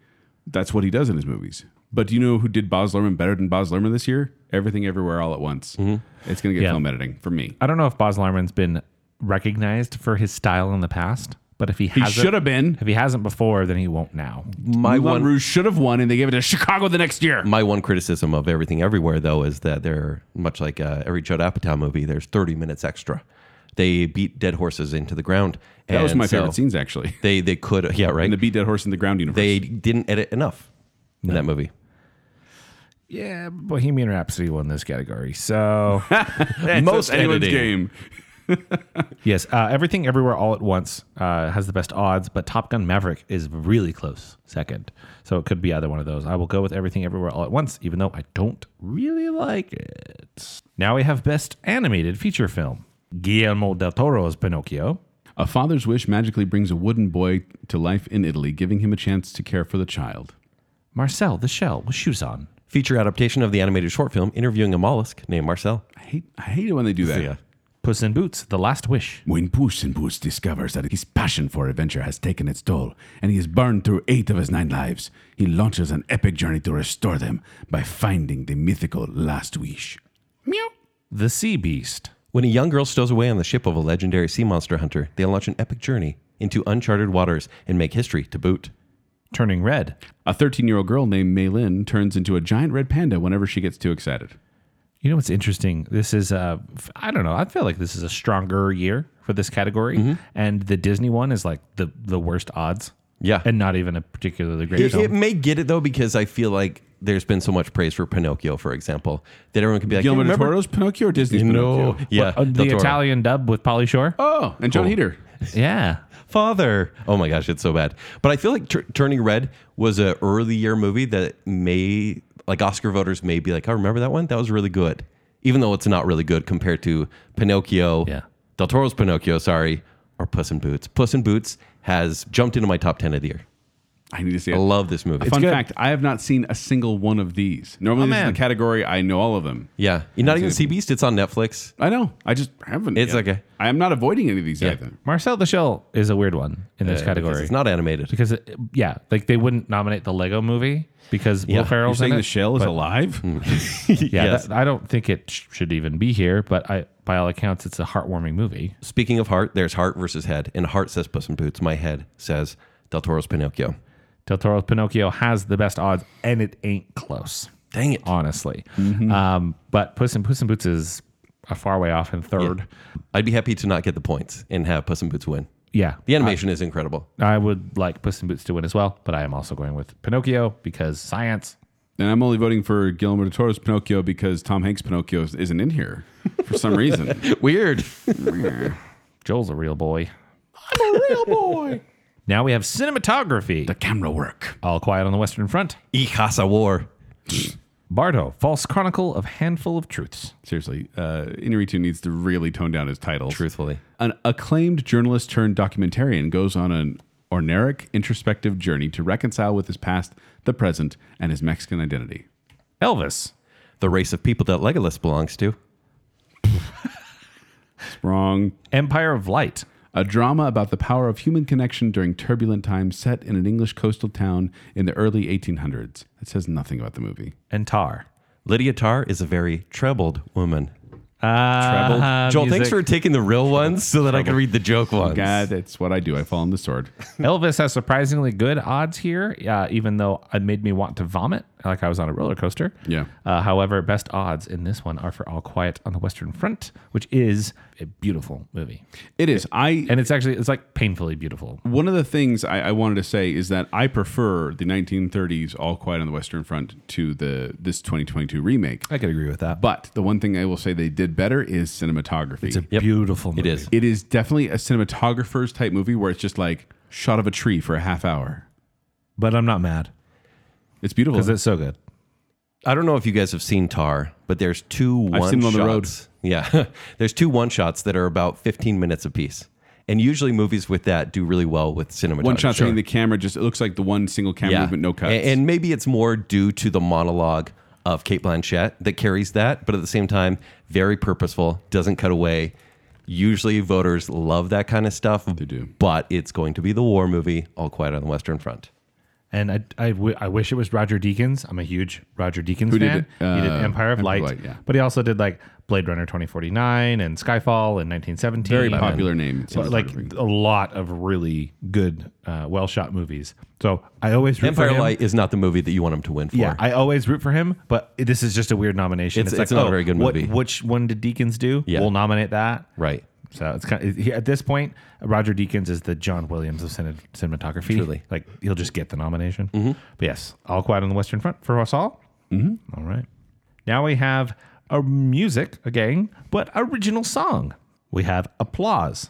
That's what he does in his movies. But do you know who did Boz Luhrmann better than Boz Luhrmann this year? Everything Everywhere All at Once.
Mm-hmm.
It's going to get
Yeah.
film editing for me.
I don't know if Boz Luhrmann's been recognized for his style in the past, but if he
He
hasn't,
should have been.
If he hasn't before, then he won't now.
My
Moulin
one,
Rouge should have won, and they gave it to Chicago the next year.
my one criticism of everything everywhere though is that they're much like uh, every Judd Apatow movie. There's 30 minutes extra They beat dead horses into the ground.
That was
And
my favorite
so
scenes, actually.
They they could yeah right.
In the Beat Dead Horse in the Ground universe.
they didn't edit enough in that movie.
Yeah, Bohemian Rhapsody won this category. So
Most
anyone's
editing.
game.
yes, uh, everything everywhere all at once uh, has the best odds, but Top Gun Maverick is really close second. So it could be either one of those. I will go with everything everywhere all at once, even though I don't really like it. Now we have best animated feature film: Guillermo del Toro's Pinocchio.
A father's wish magically brings a wooden boy to life in Italy, giving him a chance to care for the child.
Marcel the Shell with shoes on.
Feature adaptation of the animated short film interviewing a mollusk named Marcel.
I hate, I hate it when they do that.
Puss in Boots, The Last Wish.
When Puss in Boots discovers that his passion for adventure has taken its toll and he has burned through eight of his nine lives, he launches an epic journey to restore them by finding the mythical last wish. Meow.
The Sea Beast.
When a young girl stows away on the ship of a legendary sea monster hunter, they launch an epic journey into uncharted waters and make history to boot.
Turning Red.
A 13 year old girl named Mei Lin turns into a giant red panda whenever she gets too excited.
You know what's interesting? This is uh f- I don't know. I feel like this is a stronger year for this category,
Mm-hmm.
and the Disney one is like the the worst odds.
Yeah.
and not even a particularly great
It,
film.
it may get it though because I feel like there's been so much praise for Pinocchio, for example, that everyone can be like,
Guillermo
"Hey,
del
remember-
Toro's Pinocchio or Disney's
No,
Pinocchio?
yeah,
But, uh,
Del
the
Toro.
Italian dub with Polly Shore.
Oh, and John Heater.
Yeah,
father. Oh my gosh, it's so bad. But I feel like Tur- Turning Red was an early year movie that may, like Oscar voters may be like, I remember that one. That was really good, even though it's not really good compared to Pinocchio,
Yeah.
Del Toro's Pinocchio, sorry, or Puss in Boots. Puss in Boots has jumped into my top ten of the year.
I need to see
I
it.
love this movie.
Fun
good.
fact I have not seen a single one of these. Normally, this is
man.
the category I know all of them.
Yeah, You're not even
It's
Sea Beast. It's on Netflix.
I know. I just haven't.
It's
yet.
okay.
I am not avoiding any of these
Yeah.
either.
Marcel the Shell is a weird one in this
Uh, because
category
It's not animated.
because it, yeah, like they wouldn't nominate the Lego Movie because
Yeah.
Will Ferrell's in it.
shell is alive?
Hmm.
*laughs*
yeah,
Yes.
that- I don't think it sh- should even be here, but I by all accounts it's a heartwarming movie.
Speaking of heart, there's heart versus head, and heart says Puss in Boots. My head says Del Toro's Pinocchio.
Del Toro's Pinocchio has the best odds, and it ain't close.
Dang it. Mm-hmm.
honestly. Um, but Puss in Puss in Boots is a far way off in third.
I'd be happy to not get the points and have Puss in Boots win.
Yeah,
The animation is incredible.
I would like Puss in Boots to win as well, but I am also going with Pinocchio because science.
and I'm only voting for Guillermo del Toro's Pinocchio because Tom Hanks' Pinocchio is- isn't in here for some *laughs* reason.
Weird. *laughs*
Joel's a real boy. I'm a real boy.
*laughs*
now we have cinematography.
Camera work.
All Quiet on the Western Front.
Icasa War.
Bardo, False Chronicle of Handful of Truths.
Seriously, uh, Inarritu needs to really tone down his titles.
Truthfully.
An acclaimed journalist turned documentarian goes on an orneric introspective journey to reconcile with his past, the present, and his Mexican identity.
Elvis.
The race of people that Legolas belongs to.
It's wrong.
Empire of Light.
A drama about the power of human connection during turbulent times set in an English coastal town in the early 1800s. That says nothing about the movie.
And Tar.
Lydia Tarr is a very troubled woman. Ah,
Treble.
Joel, thanks for taking the real ones so that I can read the joke ones.
God, that's what I do. I fall on the sword.
Elvis has surprisingly good odds here, uh, even though it made me want to vomit, like I was on a roller coaster.
Yeah.
Uh, however, best odds in this one are for All Quiet on the Western Front, which is a beautiful movie,
It is. I
and it's actually it's like painfully beautiful.
one of the things I, I wanted to say is that I prefer the 1930s All Quiet on the Western Front to the this 2022 remake.
I could agree with that. But
But the one thing I will say they did better is cinematography. It's
it's a beautiful. Movie.
It is.
it is definitely a cinematographer's type movie where it's just like shot of a tree for a half hour.
but I'm not mad
It's beautiful.
because it's so good.
I don't know if you guys have seen Tar, but there's two one
seen them on
shots.
the road.
Yeah. *laughs* there's two one shots that are about 15 minutes apiece. And usually movies with that do really well with cinematography.
one shot showing the camera just it looks like the one single camera movement, no cuts.
A- And, maybe it's more due to the monologue of Kate Blanchett that carries that, but at the same time, very purposeful, doesn't cut away. Usually voters love that kind of stuff. They
do.
But it's going to be the war movie, All Quiet on the Western Front.
And I, I, w- I wish it was Roger Deakins. I'm a huge Roger Deakins
Who did
fan.
it?
he did
Uh,
Empire of
Empire of
Light,
Light, yeah.
but he also did like Blade Runner 2049 and Skyfall in 1917.
Very
and-
popular name.
But, like a lot of really good, uh, well shot movies. So I always root for
Empire
him.
Light is not the movie that you want him to win for.
Yeah, I always root for him, but this is just a weird nomination. oh,
It's- it's not a very good
what-
movie.
which one did Deacons do?
Yeah.
We'll nominate that.
right.
So it's kind of, he- at this point, Roger Deakins is the John Williams of cine- cinematography.
Truly.
like he'll just get the nomination. But yes, all quiet on the Western Front for us all. Mm-hmm. right. Now we have a music again, but original song. We have "Applause"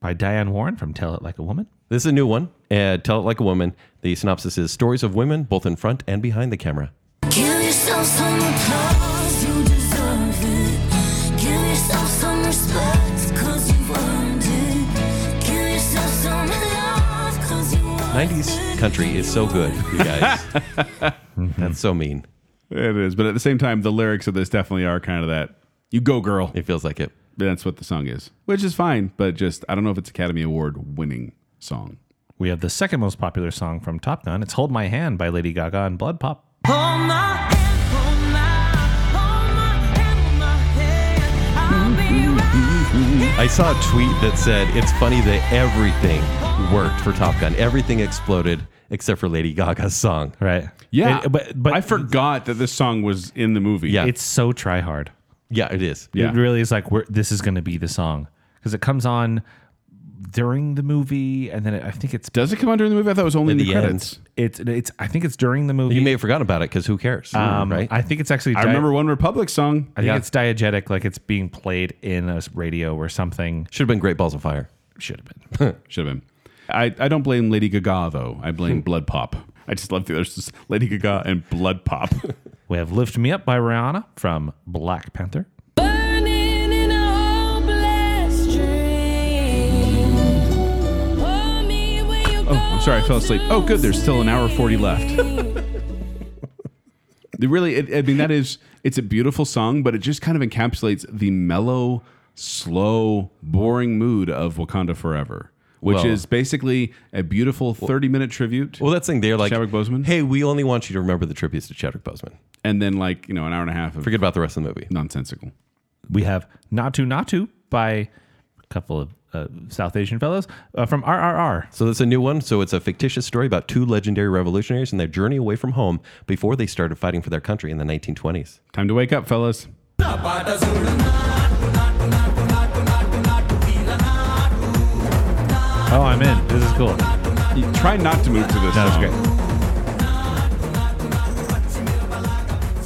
by Diane Warren from "Tell It Like a Woman."
This is a new one. Uh, Tell it like a woman. The synopsis is stories of women, both in front and behind the camera.
Give yourself some applause, you deserve it. Give yourself some respect, cause you've earned it. Give yourself some love, cause you want
90s country is so good, you
*laughs*
guys. That's so mean.
It is, but at the same time, the lyrics of this definitely are kind of that. You go, girl.
It feels like it.
That's what the song is, which is fine, but just I don't know if it's Academy Award winning song.
We have the second most popular song from Top Gun. It's "Hold My Hand" by Lady Gaga and Blood Pop.
Hold my hand, hold my, hold my hand, hold my hand. I'll be right here.
I saw a tweet that said it's funny that everything worked for Top Gun. Everything exploded except for Lady Gaga's song.
Right.
Yeah,
It- but but
I forgot that this song was in the movie.
Yeah.
it's so try hard.
Yeah, it is.
Yeah.
It really is like we're, this is going to be the song because it comes on during the movie, and then it, I think it's
does it come on during the movie? I thought it was only in
In
the,
the end.
credits.
it's it's I think it's during the movie.
You may have forgotten about it because who cares?
um,
right?
I think it's actually.
I
di-
remember One Republic song.
I think
yeah.
it's diegetic, like it's being played in a s- radio or something.
Should have been Great Balls of Fire.
Should have been.
Should have been. I, I don't blame Lady Gaga though. I blame Blood Pop. I just love the there's just Lady Gaga and Blood Pop.
we have "Lift Me Up" by Rihanna from Black Panther.
Burning in a hopeless dream. Hold me when you
oh, I'm sorry, I fell asleep. Oh, good. There's still an hour forty left. *laughs* It really, it, I mean, that is it's a beautiful song, but it just kind of encapsulates the mellow, slow, boring mood of Wakanda Forever, which
Well-
is basically a beautiful thirty-minute tribute.
Well, that's the thing. They're like,
Chadwick Boseman?
hey, we only want you to remember the tributes to Chadwick Boseman.
and then like you know an hour and a half of
Forget about the rest of the movie.
nonsensical.
We have "Natu Natu" by a couple of uh, South Asian fellows uh, from RRR.
So that's a new one. So it's a fictitious story about two legendary revolutionaries and their journey away from home before they started fighting for their country in the 1920s.
Time to wake up, fellas.
Oh, I'm in. This is cool.
You try not to move to this.
No,
song.
that's great.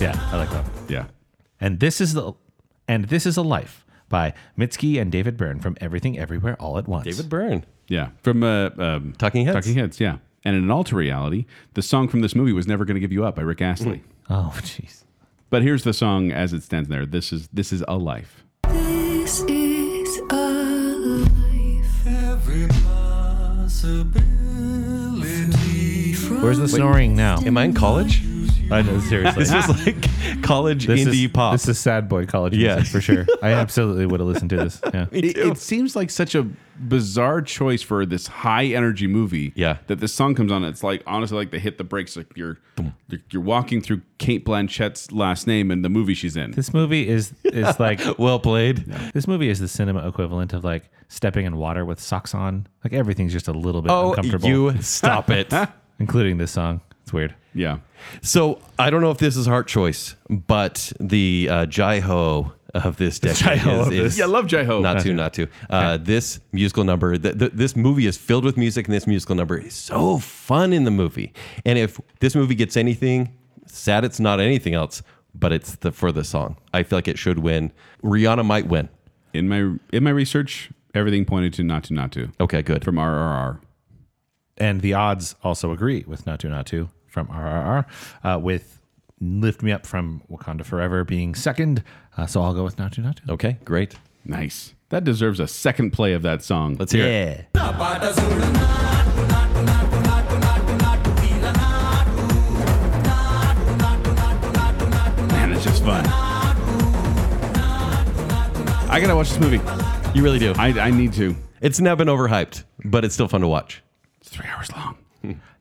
Yeah, I like that.
Yeah.
And this is the and this is a life by Mitski and David Byrne from Everything Everywhere All at Once.
David Byrne,
Yeah, from uh, um,
Talking Heads.
Talking Heads, yeah. And in an alter reality, the song from this movie was "Never Gonna Give You Up" by Rick Astley.
Mm.
Oh, jeez.
But here's the song as it stands there. This is this is a life.
This is a life.
Where's the snoring now?
Am I in
*laughs*
college?
I know seriously.
This was like college
*laughs* This
indie
is,
pop.
This is sad boy college
Yeah.
music for sure. I absolutely would have listened to this.
*laughs*
Yeah.
It, it seems like such a bizarre choice for this high energy movie.
Yeah.
That this song comes on. It's like honestly like they hit the brakes. Like you're you're, you're walking through Kate Blanchett's last name and the movie she's in.
This movie is is like
well played.
this movie is the cinema equivalent of like stepping in water with socks on. Like everything's just a little bit
Oh,
uncomfortable, *laughs*
you stop it.
including this song. It's weird.
yeah.
so I don't know if this is heart choice, but the uh, Jai Ho of this decade
Jai Ho
is,
of
is
this.
Yeah, love Jai Ho.
not to not to. Uh, this musical number, th- th- this movie is filled with music, and this musical number is so fun in the movie. And if this movie gets anything, sad it's not anything else, but it's the for the song. I feel like it should win. Rihanna might win.
in my in my research, everything pointed to not to not to
Okay, good.
from RRR.
and the odds also agree with Natu Natu from RRR, uh, with Lift Me Up from Wakanda Forever being second. Uh, so I'll go with Natu Natu.
okay, great.
Nice. That deserves a second play of that song.
Let's hear it.
Man, it's just fun. I gotta watch this movie.
You really do.
I, I need to.
It's now been overhyped, but it's still fun to watch.
It's three hours long.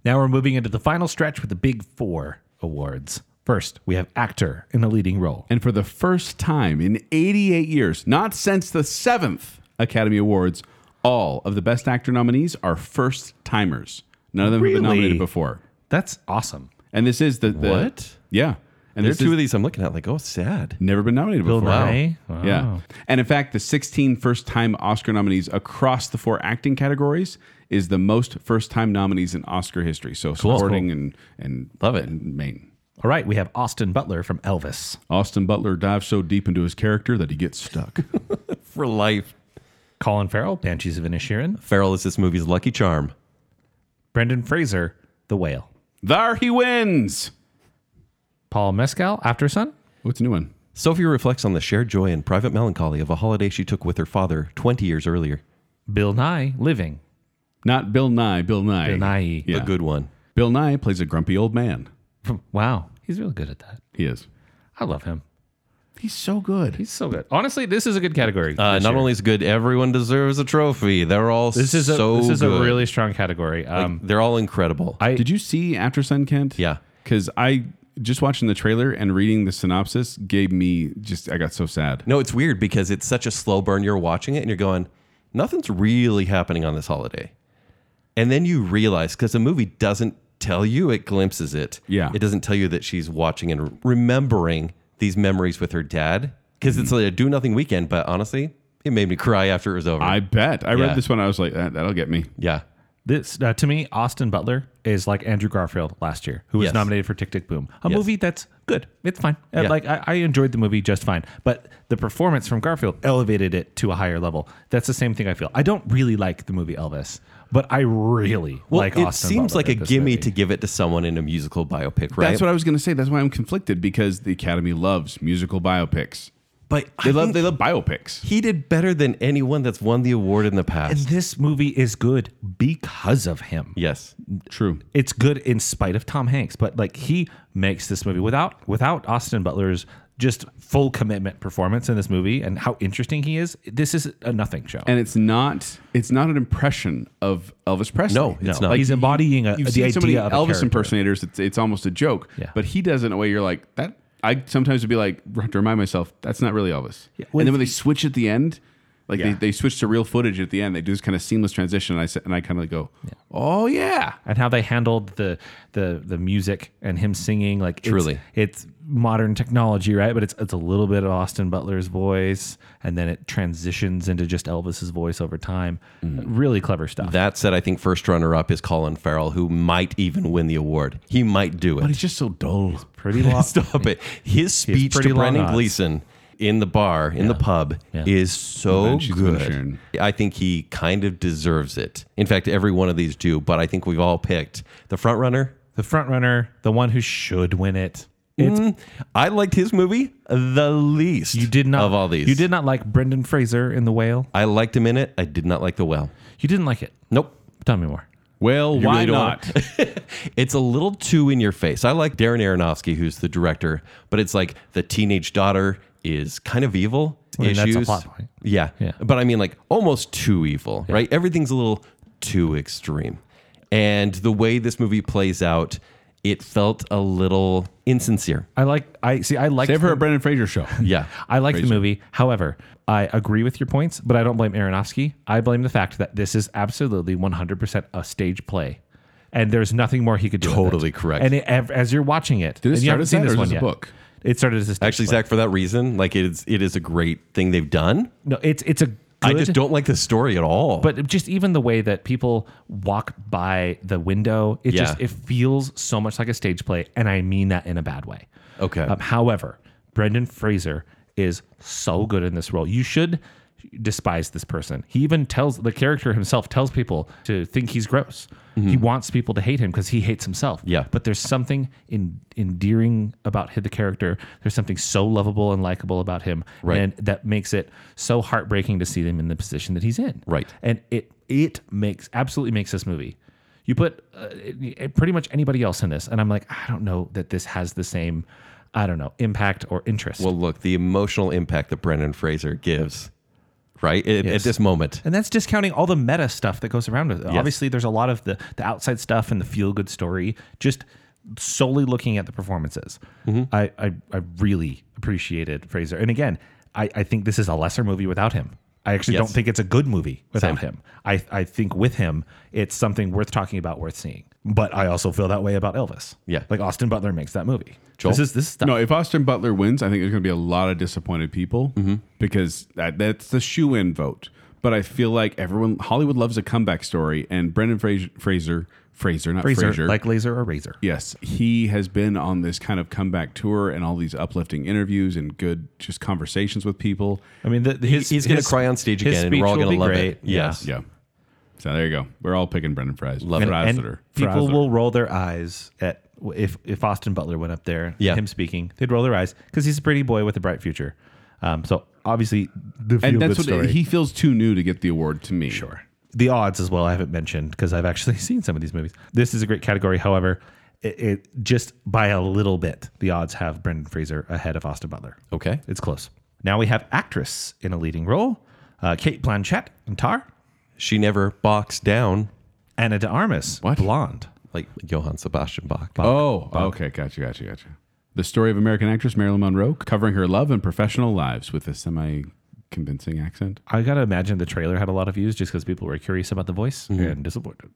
Now we're moving into the final stretch with the Big Four awards. First, we have actor in a leading role.
And for the first time in 88 years, not since the seventh Academy Awards, all of the Best Actor nominees are first timers. None of them have been
Really?
nominated before.
That's awesome.
And this is the, the
What?
Yeah. And
There's
there's
two
two
of these I'm looking at, like, oh, sad.
never been nominated
Bill
before.
Nye? Wow.
Oh.
Yeah. And in fact, the 16 first time Oscar nominees across the four acting categories is the most first time nominees in Oscar history. So supporting and and
Love it.
and main.
All right, we have Austin Butler from Elvis.
Austin Butler dives so deep into his character that he gets stuck. *laughs*
For life.
Colin Farrell, Banshees of Inisherin.
Farrell is this movie's lucky charm.
Brendan Fraser, The Whale.
there he wins.
Paul Mescal, After Sun.
What's a new one?
Sophie reflects on the shared joy and private melancholy of a holiday she took with her father 20 years earlier.
Bill Nye, Living.
Not Bill Nye. Bill Nye.
Bill Nye.
Yeah.
A good one.
Bill Nye plays a grumpy old man.
Wow, he's really good at that.
He is.
I love him.
He's so good.
He's so good. Honestly, this is a good category.
Uh,
this
not
year.
only is good, everyone deserves a trophy. They're all
this is a,
so
this is
good.
a really strong category. Um,
They're all incredible.
I-
Did you see After Sun, Kent?
Yeah.
Because I just watching the trailer and reading the synopsis gave me just I got so sad.
no, it's weird because it's such a slow burn. You're watching it and you're going, nothing's really happening on this holiday. And then you realize because the movie doesn't tell you, it glimpses it.
Yeah.
It doesn't tell you that she's watching and remembering these memories with her dad because
Mm-hmm.
it's like a do nothing weekend. But honestly, it made me cry after it was over.
I bet. I
Yeah.
read this one. I was like, that, that'll get me.
yeah.
This uh, to me, Austin Butler is like Andrew Garfield last year, who was
Yes.
nominated for Tick Tick Boom, a
Yes.
movie that's good. It's fine. Uh,
Yeah.
Like I, I enjoyed the movie just fine, but the performance from Garfield elevated it to a higher level. That's the same thing I feel. I don't really like the movie Elvis, but I really
Well,
like
it
Austin.
seems
Butler
like a
in this
gimme
movie.
to give it to someone in a musical biopic, right?
That's what I was going to say. That's why I'm conflicted because the Academy loves musical biopics.
but
They
I think
love they love biopics.
he did better than anyone that's won the award in the
And
past.
this movie is good because of him.
yes.
True.
it's good in spite of Tom Hanks, but like he makes this movie without without Austin Butler's just full commitment performance in this movie and how interesting he is. This is a nothing show.
And it's not it's not an impression of Elvis Presley.
No, it's No. not.
He's embodying a-
you've
the
seen so many
idea of a
Elvis
character.
impersonators. It's it's almost a joke.
Yeah.
But he does it in a way you're like that. I sometimes would be like have to remind myself that's not really Elvis.
Well,
and then when they
it's-
switch at the end, like
Yeah.
they, they switch to real footage at the end, they do this kind of seamless transition. And I sa- and I kind of like go, oh yeah,
and how they handled the the the music and him singing like it's-
Truly.
it's, modern technology right but it's it's a little bit of austin butler's voice and then it transitions into just elvis's voice over time really clever stuff
Mm. That said, I think first runner up is Colin Farrell, who might even win the award. He might do
but
it.
it's just so dull.
pretty
*laughs*
long
Stop it. His speech
pretty
to
long
Brendan
odds.
Gleeson in the bar, in the pub,
Yeah.
is so
Revenge is gonna
good.
Sharon.
I think he kind of deserves it. In fact, every one of these do, but I think we've all picked the front runner.
the front runner the one who should win it it's
Mm, I liked his movie the least.
You did not
of all these.
You did not like Brendan Fraser in The Whale.
I liked him in it. I did not like the well.
You didn't like it.
Nope.
Tell me more.
Well, why
really don't
not?
*laughs* It's a little too in your face. I like Darren Aronofsky, who's the director, but it's like the teenage daughter is kind of evil.
I mean, that's a
issues.
plot point.
Yeah.
Yeah.
But I mean, like almost too evil, right? Everything's a little too extreme. And the way this movie plays out, it felt a little insincere.
I like. I see. I like.
Save her a Brendan Fraser show.
Yeah.
I like the movie. However, I agree with your points, but I don't blame Aronofsky. I blame the fact that this is absolutely 100% a stage play, and there's nothing more he could do. with it.
Totally correct.
And it, ev- as you're watching it,
Did it
and you
start
haven't
as
seen
that
this
or is
one
this a
yet.
book?
It started as a stage
Actually,
play.
Zach, for that reason, like it is, it is a great thing they've done.
No, it's it's a.
I just
good-
don't like the story at all.
but just even the way that people walk by the window it
Yeah.
just it feels so much like a stage play and i mean that in a bad way
Okay.
um, however brendan fraser is so good in this role you should despise this person he even tells the character himself tells people to think he's gross he wants people to hate him because he hates himself
Mm-hmm. Yeah.
but there's something in, endearing about hi- the character there's something so lovable and likable about him
Right.
and that makes it so heartbreaking to see him in the position that he's in
Right.
and it it makes absolutely makes this movie. You put uh, it- it- pretty much anybody else in this, and I'm like, I don't know that this has the same, I don't know, impact or interest.
Well, look, the emotional impact that Brendan Fraser gives, right? At,
Yes.
at this moment.
and that's discounting all the meta stuff that goes around with it. Obviously, there's a lot of the the outside stuff and the feel good story. Just solely looking at the performances,
Mm-hmm.
I, I I really appreciated Fraser. And again, I I think this is a lesser movie without him. I actually
Yes.
don't think it's a good movie without him. I I think with him, it's something worth talking about, worth seeing. But I also feel that way about Elvis.
Yeah.
like Austin Butler makes that movie.
Joel?
This is this is stuff.
No, if Austin Butler wins, I think there's going to be a lot of disappointed people
Mm-hmm.
because that, that's the shoe in vote. But I feel like everyone, Hollywood loves a comeback story, and Brendan Fraser, Fraser, Fraser not Fraser,
razor, like laser or razor.
Yes, he has been on this kind of comeback tour and all these uplifting interviews and good just conversations with people.
I mean, the, his,
he's gonna
his-
cry on stage
his
again and we're
speech
all gonna
will be
love it.
great.
Yes.
Yeah. So there you go. We're all picking Brendan Fraser. Love
and, and people will roll their eyes at if if Austin Butler went up there,
Yeah.
him speaking, they'd roll their eyes because he's a pretty boy with a bright future. Um, so obviously the feel
And that's
good
what
story.
he feels too new to get the award to me.
sure. The odds as well. I haven't mentioned because I've actually *laughs* seen some of these movies. This is a great category. However, it, it just by a little bit, the odds have Brendan Fraser ahead of Austin Butler.
Okay.
it's close. Now we have actress in a leading role: uh, Kate Blanchett in Tar,
She never boxed down
Anna de Armas,
What?
blonde.
like Johann Sebastian Bach.
Oh, okay. Gotcha, gotcha, gotcha. The story of American actress Marilyn Monroe covering her love and professional lives with a semi convincing accent.
I gotta imagine the trailer had a lot of views just because people were curious about the voice and disappointed.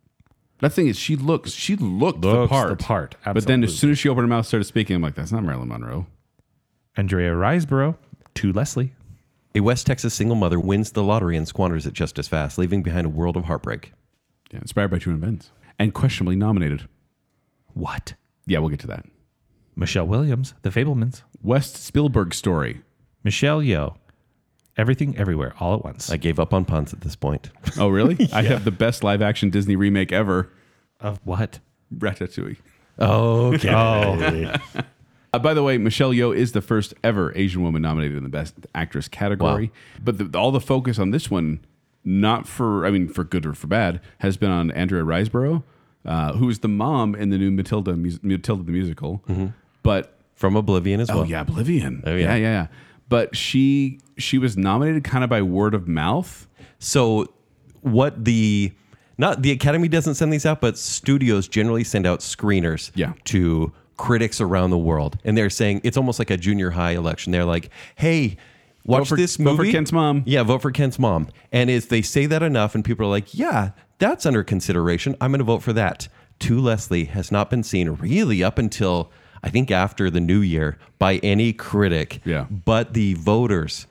That thing is, she looks, she looked the
Looks
part.
the part,
But then
absolutely.
as soon as she opened her mouth, started speaking, I'm like, that's not Marilyn Monroe.
Andrea Riseborough to Leslie.
A West Texas single mother wins the lottery and squanders it just as fast, leaving behind a world of heartbreak.
Yeah, inspired by true events and questionably nominated.
What?
Yeah, we'll get to that.
Michelle Williams, The Fablemans.
West Spielberg story.
Michelle Yeoh, Everything Everywhere All at Once.
I gave up on puns at this point.
Oh, really?
*laughs*
I have the best live action Disney remake ever
of what?
Ratatouille.
Okay.
*laughs* Oh,
Uh, by the way, Michelle Yeoh is the first ever Asian woman nominated in the Best Actress category. But the, all the focus on this one, not for I mean for good or for bad, has been on Andrea Riseborough, uh, who is the mom in the new Matilda mus- Matilda the musical. But
From Oblivion as Mm-hmm. well.
oh yeah, Oblivion.
Oh, yeah.
yeah, yeah, yeah. But she she was nominated kind of by word of mouth.
So, what the not the Academy doesn't send these out, but studios generally send out screeners
Yeah.
to critics around the world, and they're saying it's almost like a junior high election. They're like, "Hey, watch
for-
this
vote
movie."
for Kent's mom.
Yeah, vote for Kent's mom. And as they say that enough, and people are like, "Yeah, that's under consideration. I'm going to vote for that." To Leslie has not been seen really up until I think after the new year by any critic.
Yeah.
but the voters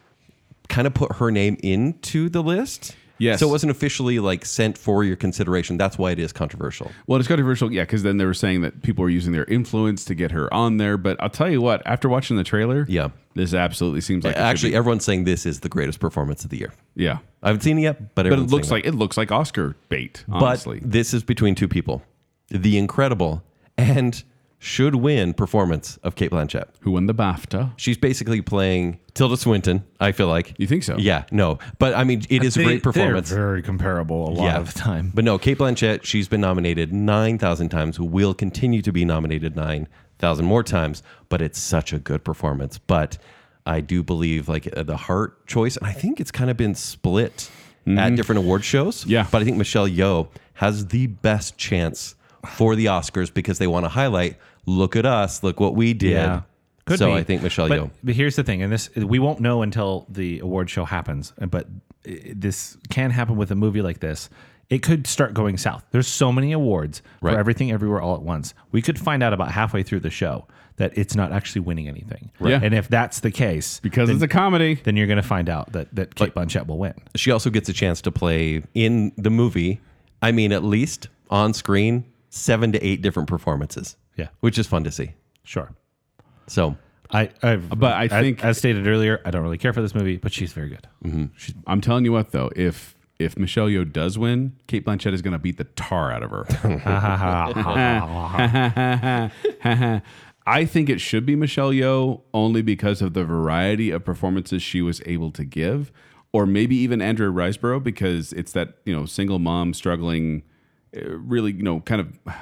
kind of put her name into the list.
Yes.
So it wasn't officially like sent for your consideration. That's why it is controversial.
Well, it's controversial, yeah, because then they were saying that people were using their influence to get her on there. But I'll tell you what, after watching the trailer,
Yeah.
this absolutely seems like it should
Actually,
be-
everyone's saying this is the greatest performance of the year.
yeah.
I haven't seen it yet, but,
But it looks like it looks like Oscar bait, honestly.
But this is between two people, the incredible and should win performance of Kate Blanchett.
Who won the BAFTA?
She's basically playing Tilda Swinton. I feel like
You think so?
Yeah, no, but I mean, it is a great performance.
They're very comparable a lot of the time.
But no, Kate Blanchett, she's been nominated 9,000 times, will continue to be nominated 9,000 more times, but it's such a good performance. But I do believe like uh, the heart choice, and I think it's kind of been split
Mm-hmm.
at different award shows.
Yeah.
But I think Michelle Yeoh has the best chance for the Oscars because they want to highlight, look at us, look what we did.
Could
so
be.
I think Michelle
but,
Yeoh.
But here's the thing, and this we won't know until the award show happens. But i- this can happen with a movie like this. It could start going south. There's so many awards
Right.
for everything, everywhere, all at once. We could find out about halfway through the show that it's not actually winning anything.
Right. Yeah.
And if that's the case,
Because it's a comedy.
then you're going to find out that that Kate Blanchett will win.
she also gets a chance to play in the movie. I mean, at least on screen, seven to eight different performances.
Yeah.
which is fun to see.
Sure.
So
I, I've,
But I
as-
think-
as stated earlier, I don't really care for this movie, but she's very good.
I'm telling you what though, if if Michelle Yeoh does win, Kate Blanchett is gonna beat the tar out of her. *laughs* I think it should be Michelle Yeoh only because of the variety of performances she was able to give, or maybe even Andrea Riseborough because it's that you know single mom struggling, uh, really you know kind of. *sighs*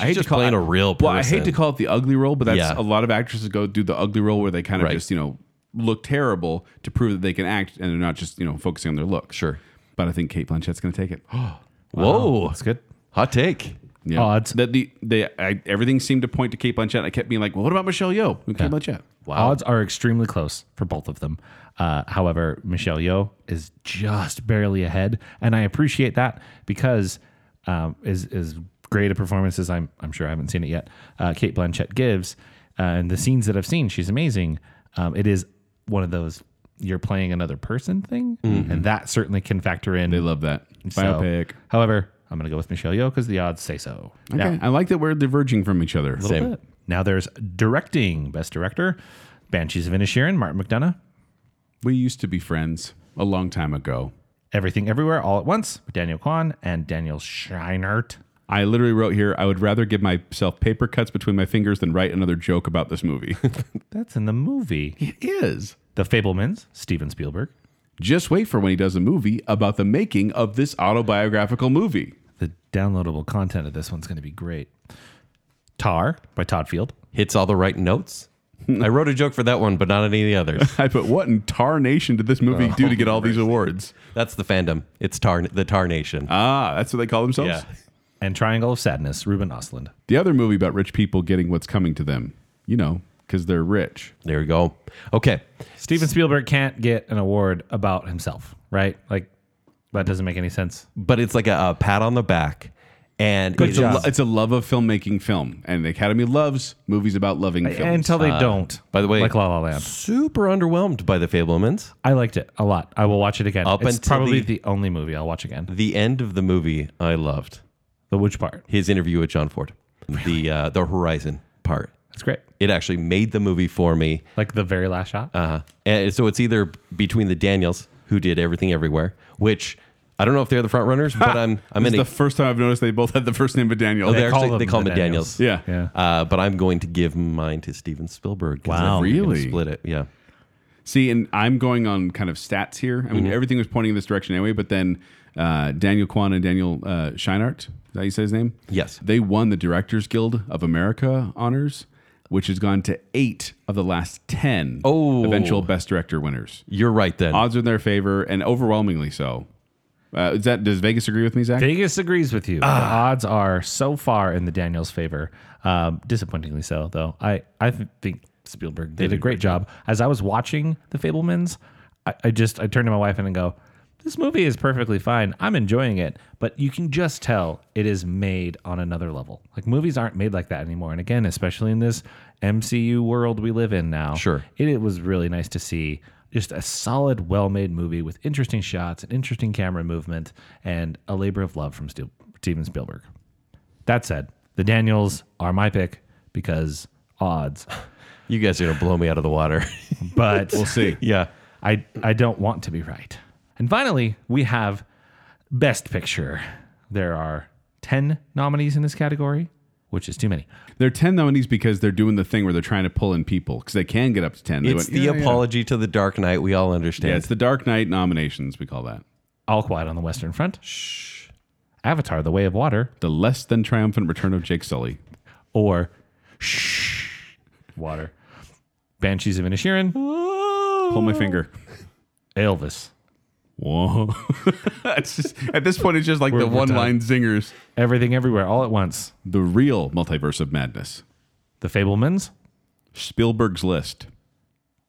I hate
just
to call
playing
it,
a real
Well, I hate to
person.
call it the ugly role, but that's
Yeah.
a lot of actresses go do the ugly role where they kind of
Right.
just you know look terrible to prove that they can act and they're not just you know focusing on their look.
Sure.
but I think Kate Blanchett's going to take it. *gasps*
whoa,
That's good.
hot take.
Yeah.
Odds.
that the they I, everything seemed to point to Kate Blanchett. I kept being like, well, what about Michelle Yeoh? Who Kate Blanchett?
Odds are extremely close for both of them. Uh, however, Michelle Yeoh is just barely ahead, and I appreciate that because um, as as great a performance as I'm, I'm sure I haven't seen it yet, uh, Kate Blanchett gives. Uh, and the scenes that I've seen, she's amazing. Um, it is one of those you're playing another person thing, and that certainly can factor in.
Mm-hmm. They love that.
So,
Biopic.
However, I'm going to go with Michelle Yeoh because the odds say so.
Okay. I like that we're diverging from each other.
Now, bit. now there's directing, best director, Banshees of Inisherin, Martin McDonough,
We used to be friends a long time ago.
Everything Everywhere All at Once, Daniel Kwan and Daniel Scheinert.
I literally wrote here, I would rather give myself paper cuts between my fingers than write another joke about this movie.
That's in the movie.
it is.
The Fablemans, Steven Spielberg.
Just wait for when he does a movie about the making of this autobiographical movie. *laughs*
The downloadable content of this one's going to be great. Tar by Todd Field.
Hits all the right notes. I wrote a joke for that one, but not any of the
*laughs*
others.
I put what in tar nation did this movie do to get all
Oh,
these awards?
That's the fandom. It's tar the Tar Nation.
Uh,
Ah, that's what they call themselves.
yeah.
And Triangle of Sadness, Ruben Ostlund.
The other movie about rich people getting what's coming to them, you know, because they're rich.
There we go. Okay.
Steven Spielberg can't get an award about himself, right? Like, that doesn't make any sense.
But it's like a, a pat on the back. And
Good
it's-
It's a,
job.
lo- it's a love of filmmaking film, and the Academy loves movies about loving films.
Until they don't.
by the way-
like La La Land.
super underwhelmed by the Fablemans.
I liked it a lot. I will watch it again.
Up
it's
until
probably
the-
the, only movie I'll watch again.
The end of the movie, I loved
The which part?
his interview with John Ford, the uh, the Horizon part.
That's great.
It actually made the movie for me.
Like the very last shot.
Uh, and so it's either between the Daniels, who did Everything Everywhere, which I don't know if they're the front runners, but I'm I'm
This
in
is
a,
the first time I've noticed they both had the first name of Daniel.
Oh, they actually-
them
they call
the
them Daniels.
Yeah.
Yeah.
uh, but I'm going to give mine to Steven Spielberg. 'cause I
Wow.
think we can
Really?
Split it. Yeah.
See, and I'm going on kind of stats here. I mean,
Mm-hmm.
everything was pointing in this direction anyway, but then uh, Daniel Kwan and Daniel uh, Scheinart, is that how you say his name?
Yes.
They won the Directors Guild of America honors, which has gone to eight of the last 10
Oh.
eventual Best Director winners.
You're right then.
Odds are in their favor, and overwhelmingly so. Uh, is that Does Vegas agree with me, Zach?
Vegas agrees with you. Ah. The odds are so far in the Daniels' favor. Um, disappointingly so, though. I, I th- think Spielberg did, a great job. As I was watching The Fablemans, I, I just I turned to my wife and I go, "This movie is perfectly fine. I'm enjoying it, but you can just tell it is made on another level. Like movies aren't made like that anymore. And again, especially in this MCU world we live in now,
Sure.
it, it was really nice to see just a solid, well made movie with interesting shots and interesting camera movement and a labor of love from Steel- Steven Spielberg. That said, the Daniels are my pick because odds, *laughs*
you guys are gonna blow me out of the water.
but
We'll see.
*laughs* yeah.
I, I don't want to be right. And finally, we have Best Picture. There are 10 nominees in this category, which is too many.
They're 10 nominees because they're doing the thing where they're trying to pull in people because they can get up to 10. They
It's
went,
the
"Yeah, yeah."
apology to the Dark Knight. We all understand.
Yeah, it's the Dark Knight nominations, we call that.
All Quiet on the Western Front. Avatar, The Way of Water,
The less than triumphant return of Jake Sully.
or shh water. Banshees of Inisherin,
Pull
Oh.
my finger.
Elvis,
Whoa. *laughs* it's just, at this point, it's just like the
we're
one line zingers.
Everything Everywhere All at Once,
The real multiverse of madness.
The Fablemans,
Spielberg's list.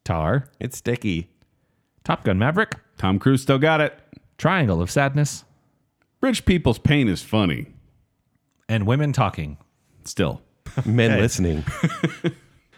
Tar,
It's sticky.
Top Gun Maverick,
Tom Cruise still got it.
Triangle of Sadness,
Rich people's pain is funny.
and Women Talking.
Still.
Men listening. *laughs*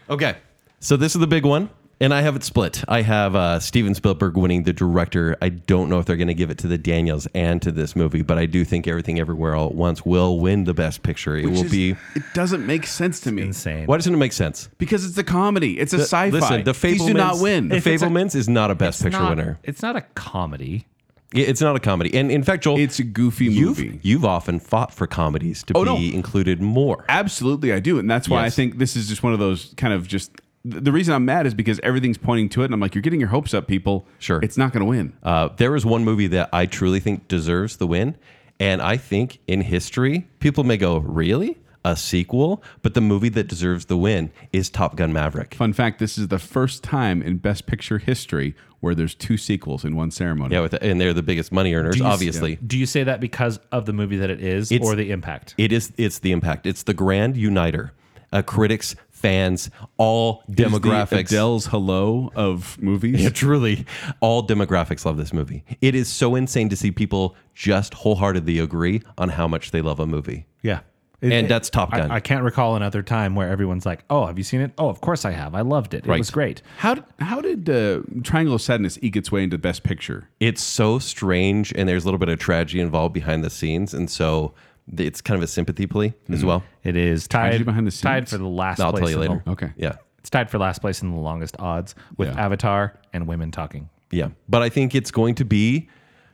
okay. So this is the big one, and I have it split. I have uh, Steven Spielberg winning the director. I don't know if they're going to give it to the Daniels and to this movie, but I do think Everything Everywhere All at Once will win the Best Picture. It will be.
It doesn't make sense to me
Insane.
Why doesn't it make sense?
because it's a comedy. It's a sci-fi.
Listen, the Fablemans.
These do not win.
The
If it's a-
Fablemans is not a Best Picture
not,
winner.
It's not a comedy.
Yeah, It's not a comedy, and in fact, Joel,
It's a goofy
you've
movie.
you've often fought for comedies to
Oh,
be
no.
included more.
Absolutely, I do, and that's why
Yes.
I think this is just one of those kind of just. th- The reason I'm mad is because everything's pointing to it, and I'm like, "You're getting your hopes up, people.
Sure.
it's not going to win."
Uh, there is one movie that I truly think deserves the win. And I think in history, people may go, really? A sequel? But the movie that deserves the win is Top Gun Maverick.
Fun fact: This is the first time in Best Picture history where there's two sequels in one ceremony.
Yeah, with and they're the biggest money earners, obviously.
Do you say that because of the movie that it is
It's-
or the impact?
It is it's the impact. It's the grand uniter. Uh, critics, fans, all
It is the
demographics.
Adele's hello of movies.
*laughs* Yeah, truly, all demographics love this movie. It is so insane to see people just wholeheartedly agree on how much they love a movie.
yeah. It-
And
it-
that's Top
I-
Gun.
I, can't recall another time where everyone's like, "Oh, have you seen it? Oh, of course I have. I loved it.
Right.
It was great."
How did, how did uh, Triangle of Sadness eke its way into Best Picture?
it's so strange and there's a little bit of tragedy involved behind the scenes and so th- it's kind of a sympathy plea as well
It is tied
behind the
tied
scenes?
for the last.
i'll
place
tell you
in
later
The,
Okay.
yeah
it's tied for last place in the longest odds with
Yeah.
Avatar and women talking.
yeah but i think it's going to be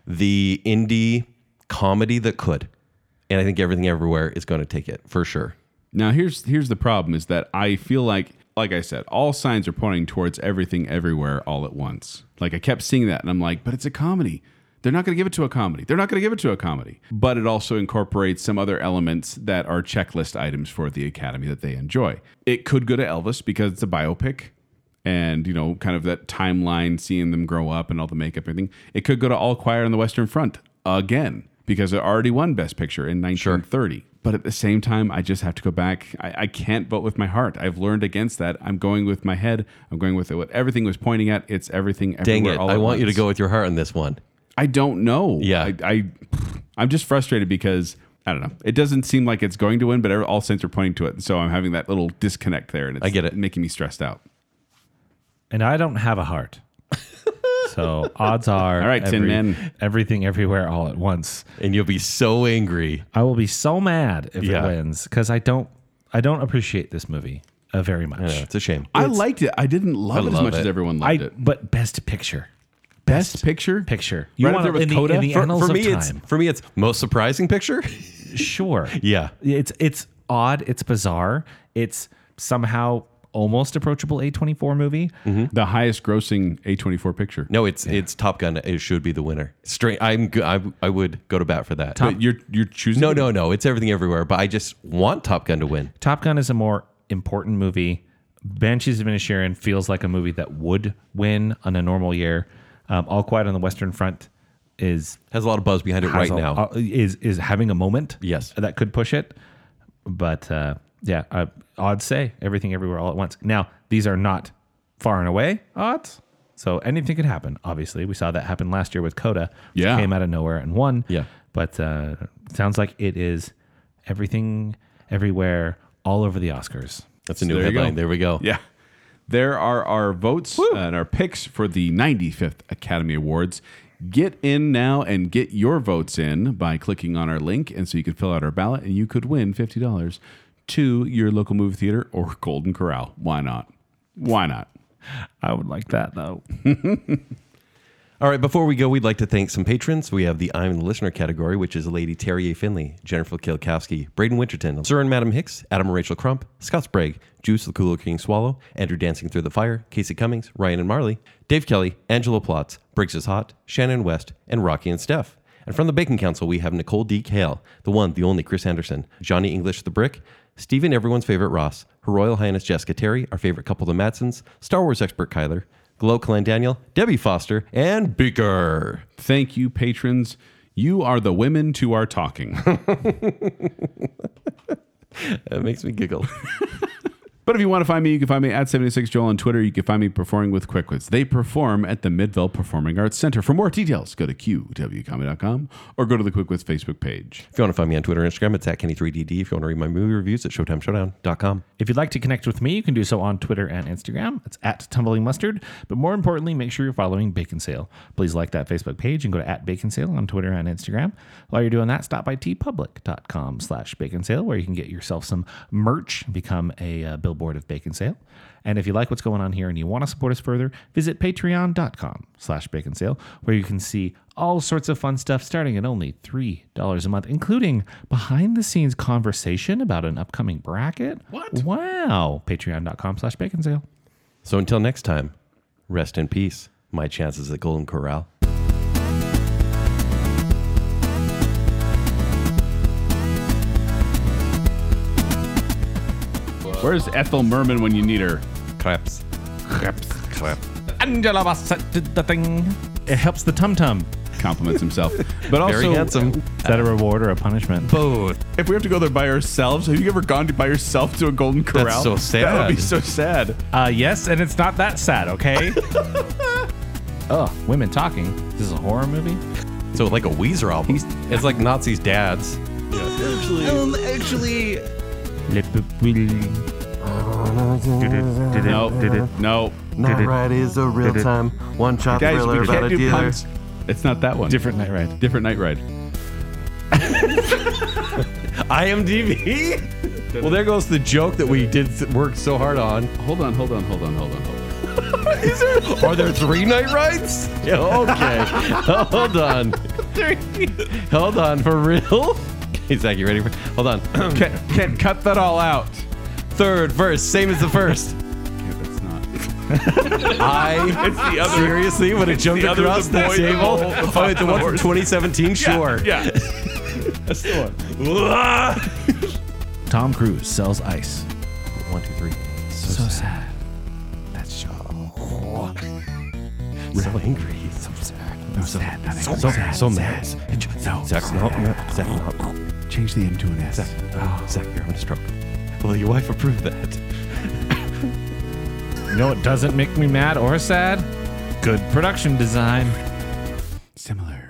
the indie comedy that could and i think everything everywhere is going to take it for sure
Now here's here's the problem is that I feel like like I said, all signs are pointing towards everything everywhere all at once. Like I kept seeing that and I'm like, but it's a comedy. They're not going to give it to a comedy. They're not going to give it to a comedy. But it also incorporates some other elements that are checklist items for the academy that they enjoy. It could go to Elvis because it's a biopic and you know kind of that timeline seeing them grow up and all the makeup and everything it could go to all choir on the western front again because it already won best picture in 1930 but at the same time i just have to go back I, I can't vote with my heart i've learned against that i'm going with my head i'm going with what everything was pointing at it's everything
dang
everywhere
it
all
i
at
want you to
once.
go with your heart on this one
i don't know
Yeah.
i, I i'm just frustrated because I don't know. It doesn't seem like it's going to win, but all signs are pointing to it. And so I'm having that little disconnect there, and it's
I get it.
making me stressed out.
And I don't have a *laughs* heart. So odds are,
All right, Tin Man.
everything everywhere all at once.
and you'll be so angry
I will be so mad if
Yeah.
it wins because I don't I don't appreciate this movie uh, very much.
yeah, it's a shame
I liked it. I didn't love
I
it as
love
much
it.
as everyone
I
loved it.
but best picture,
Best picture?
picture.
right up
wanna-
there with
in the-
Coda?
in the
for,
annals
for
of
me it's
time.
for me it's most surprising picture
sure.
*laughs* Yeah.
It's it's odd. It's bizarre. It's somehow almost approachable A24 movie.
the highest grossing A24 picture.
no it's it's top gun it should be the winner straight i'm go- I, I would go to bat for that
But you're you're choosing
no no no it's everything everywhere but i just want top gun to win
Top Gun is a more important movie. Banshees of Inisherin feels like a movie that would win on a normal year. Um, All Quiet on the Western Front is
has a lot of buzz behind it right
has a-
now.
uh, is is having a moment.
Yes.
that could push it. But uh, yeah, uh, odds say everything everywhere all at once. Now these are not far and away odds, so anything could happen. Obviously, we saw that happen last year with Coda, which
Yeah.
came out of nowhere and won.
Yeah.
but uh, sounds like it is everything everywhere all over the Oscars.
That's a new
there you
headline.
go.
There we go.
Yeah. There are our votes and our picks for the 95th Academy Awards. Get in now and get your votes in by clicking on our link. And so you can fill out our ballot and you could win $50 to your local movie theater or Golden Corral. Why not? Why not?
I would like that though.
All right. Before we go, we'd like to thank some patrons. We have the I'm the Listener category, which is Lady Terrier Finley, Jennifer Kilkowski, Braden Winterton, Sir and Madam Hicks, Adam and Rachel Crump, Scott Sprague, Juice the Cool King Swallow, Andrew Dancing Through the Fire, Casey Cummings, Ryan and Marley, Dave Kelly, Angela Plotz, Briggs is Hot, Shannon West, and Rocky and Steph. And from the Bacon Council, we have Nicole D. Kale, the one, the only Chris Anderson, Johnny English the Brick, Stephen, everyone's favorite Ross, Her Royal Highness Jessica Terry, our favorite couple, the Madsons, Star Wars expert Kyler, Glow Clan Daniel, Debbie Foster, and Beaker.
Thank you, patrons. You are the women to our talking. *laughs*
That makes me giggle.
But if you want to find me, you can find me at 76Joel on Twitter. You can find me performing with Quickwits. They perform at the Midvale Performing Arts Center. For more details, go to qwcomedy.com or go to the Quickwits Facebook page.
if you want to find me on Twitter and Instagram, it's at Kenny3DD. If you want to read my movie reviews, it's ShowtimeShowdown.com.
If you'd like to connect with me, you can do so on Twitter and Instagram. It's at Tumbling Mustard. But more importantly, make sure you're following Bacon Sale. Please like that Facebook page and go to at Bacon Sale on Twitter and Instagram. While you're doing that, stop by tpublic.com slash bacon sale where you can get yourself some merch, become a uh, billboard of Bacon Sale. And if you like what's going on here and you want to support us further, visit patreon.com slash bacon sale where you can see all sorts of fun stuff starting at only $3 a month, including behind the scenes conversation about an upcoming bracket. What? Wow. Patreon.com slash bacon sale.
So until next time, rest in peace. My chances at Golden Corral.
Where's Ethel Merman when you need her?
Craps.
Angela Bassett did the thing. It helps the tum tum.
Compliments
*laughs*
himself. But also,
Very handsome.
Is that a reward or a punishment?
Both.
if we have to go there by ourselves, have you ever gone to by yourself to a Golden Corral?
so
That would
sad.
be so sad.
Uh, yes, and it's not that sad, *laughs* okay? oh, women talking. This is a horror movie?
*laughs* So like a Weezer album. it's like Nazis' dads. Actually,
Um, actually,
No, no.
Night Ride is a *laughs* real time one shot
Guys,
thriller
we
about
can't
a
do
dealer.
puns. It's not that one.
Different
*clears throat*
night ride.
different night ride.
IMDb. *laughs* well, there goes the joke that we did th- work so hard on.
Hold on, hold on, hold on, hold on, hold on.
Are there three night rides? Yeah, okay. Hold on. Hold on, for real? *laughs* Okay, Zach, you ready? For- Hold on.
Can't, can't cut that all out.
Third verse, same as the first.
Yeah, that's not.
*laughs*
I
it's the other.
seriously would have jumped
the other,
across
the
the,
boy, the
table.
hole, the
oh, wait, the one from
horse.
2017? Sure.
Yeah.
*laughs*
Tom Cruise sells ice. One, two, three. So, sad. That's
So angry. So sad. So sad. So mad. No. Zach, no. no, Zach, no.
Change the M to an S.
Zach, you're having a stroke. Will your wife approve that?
You know what doesn't make me mad or sad? Good production design.
Similar.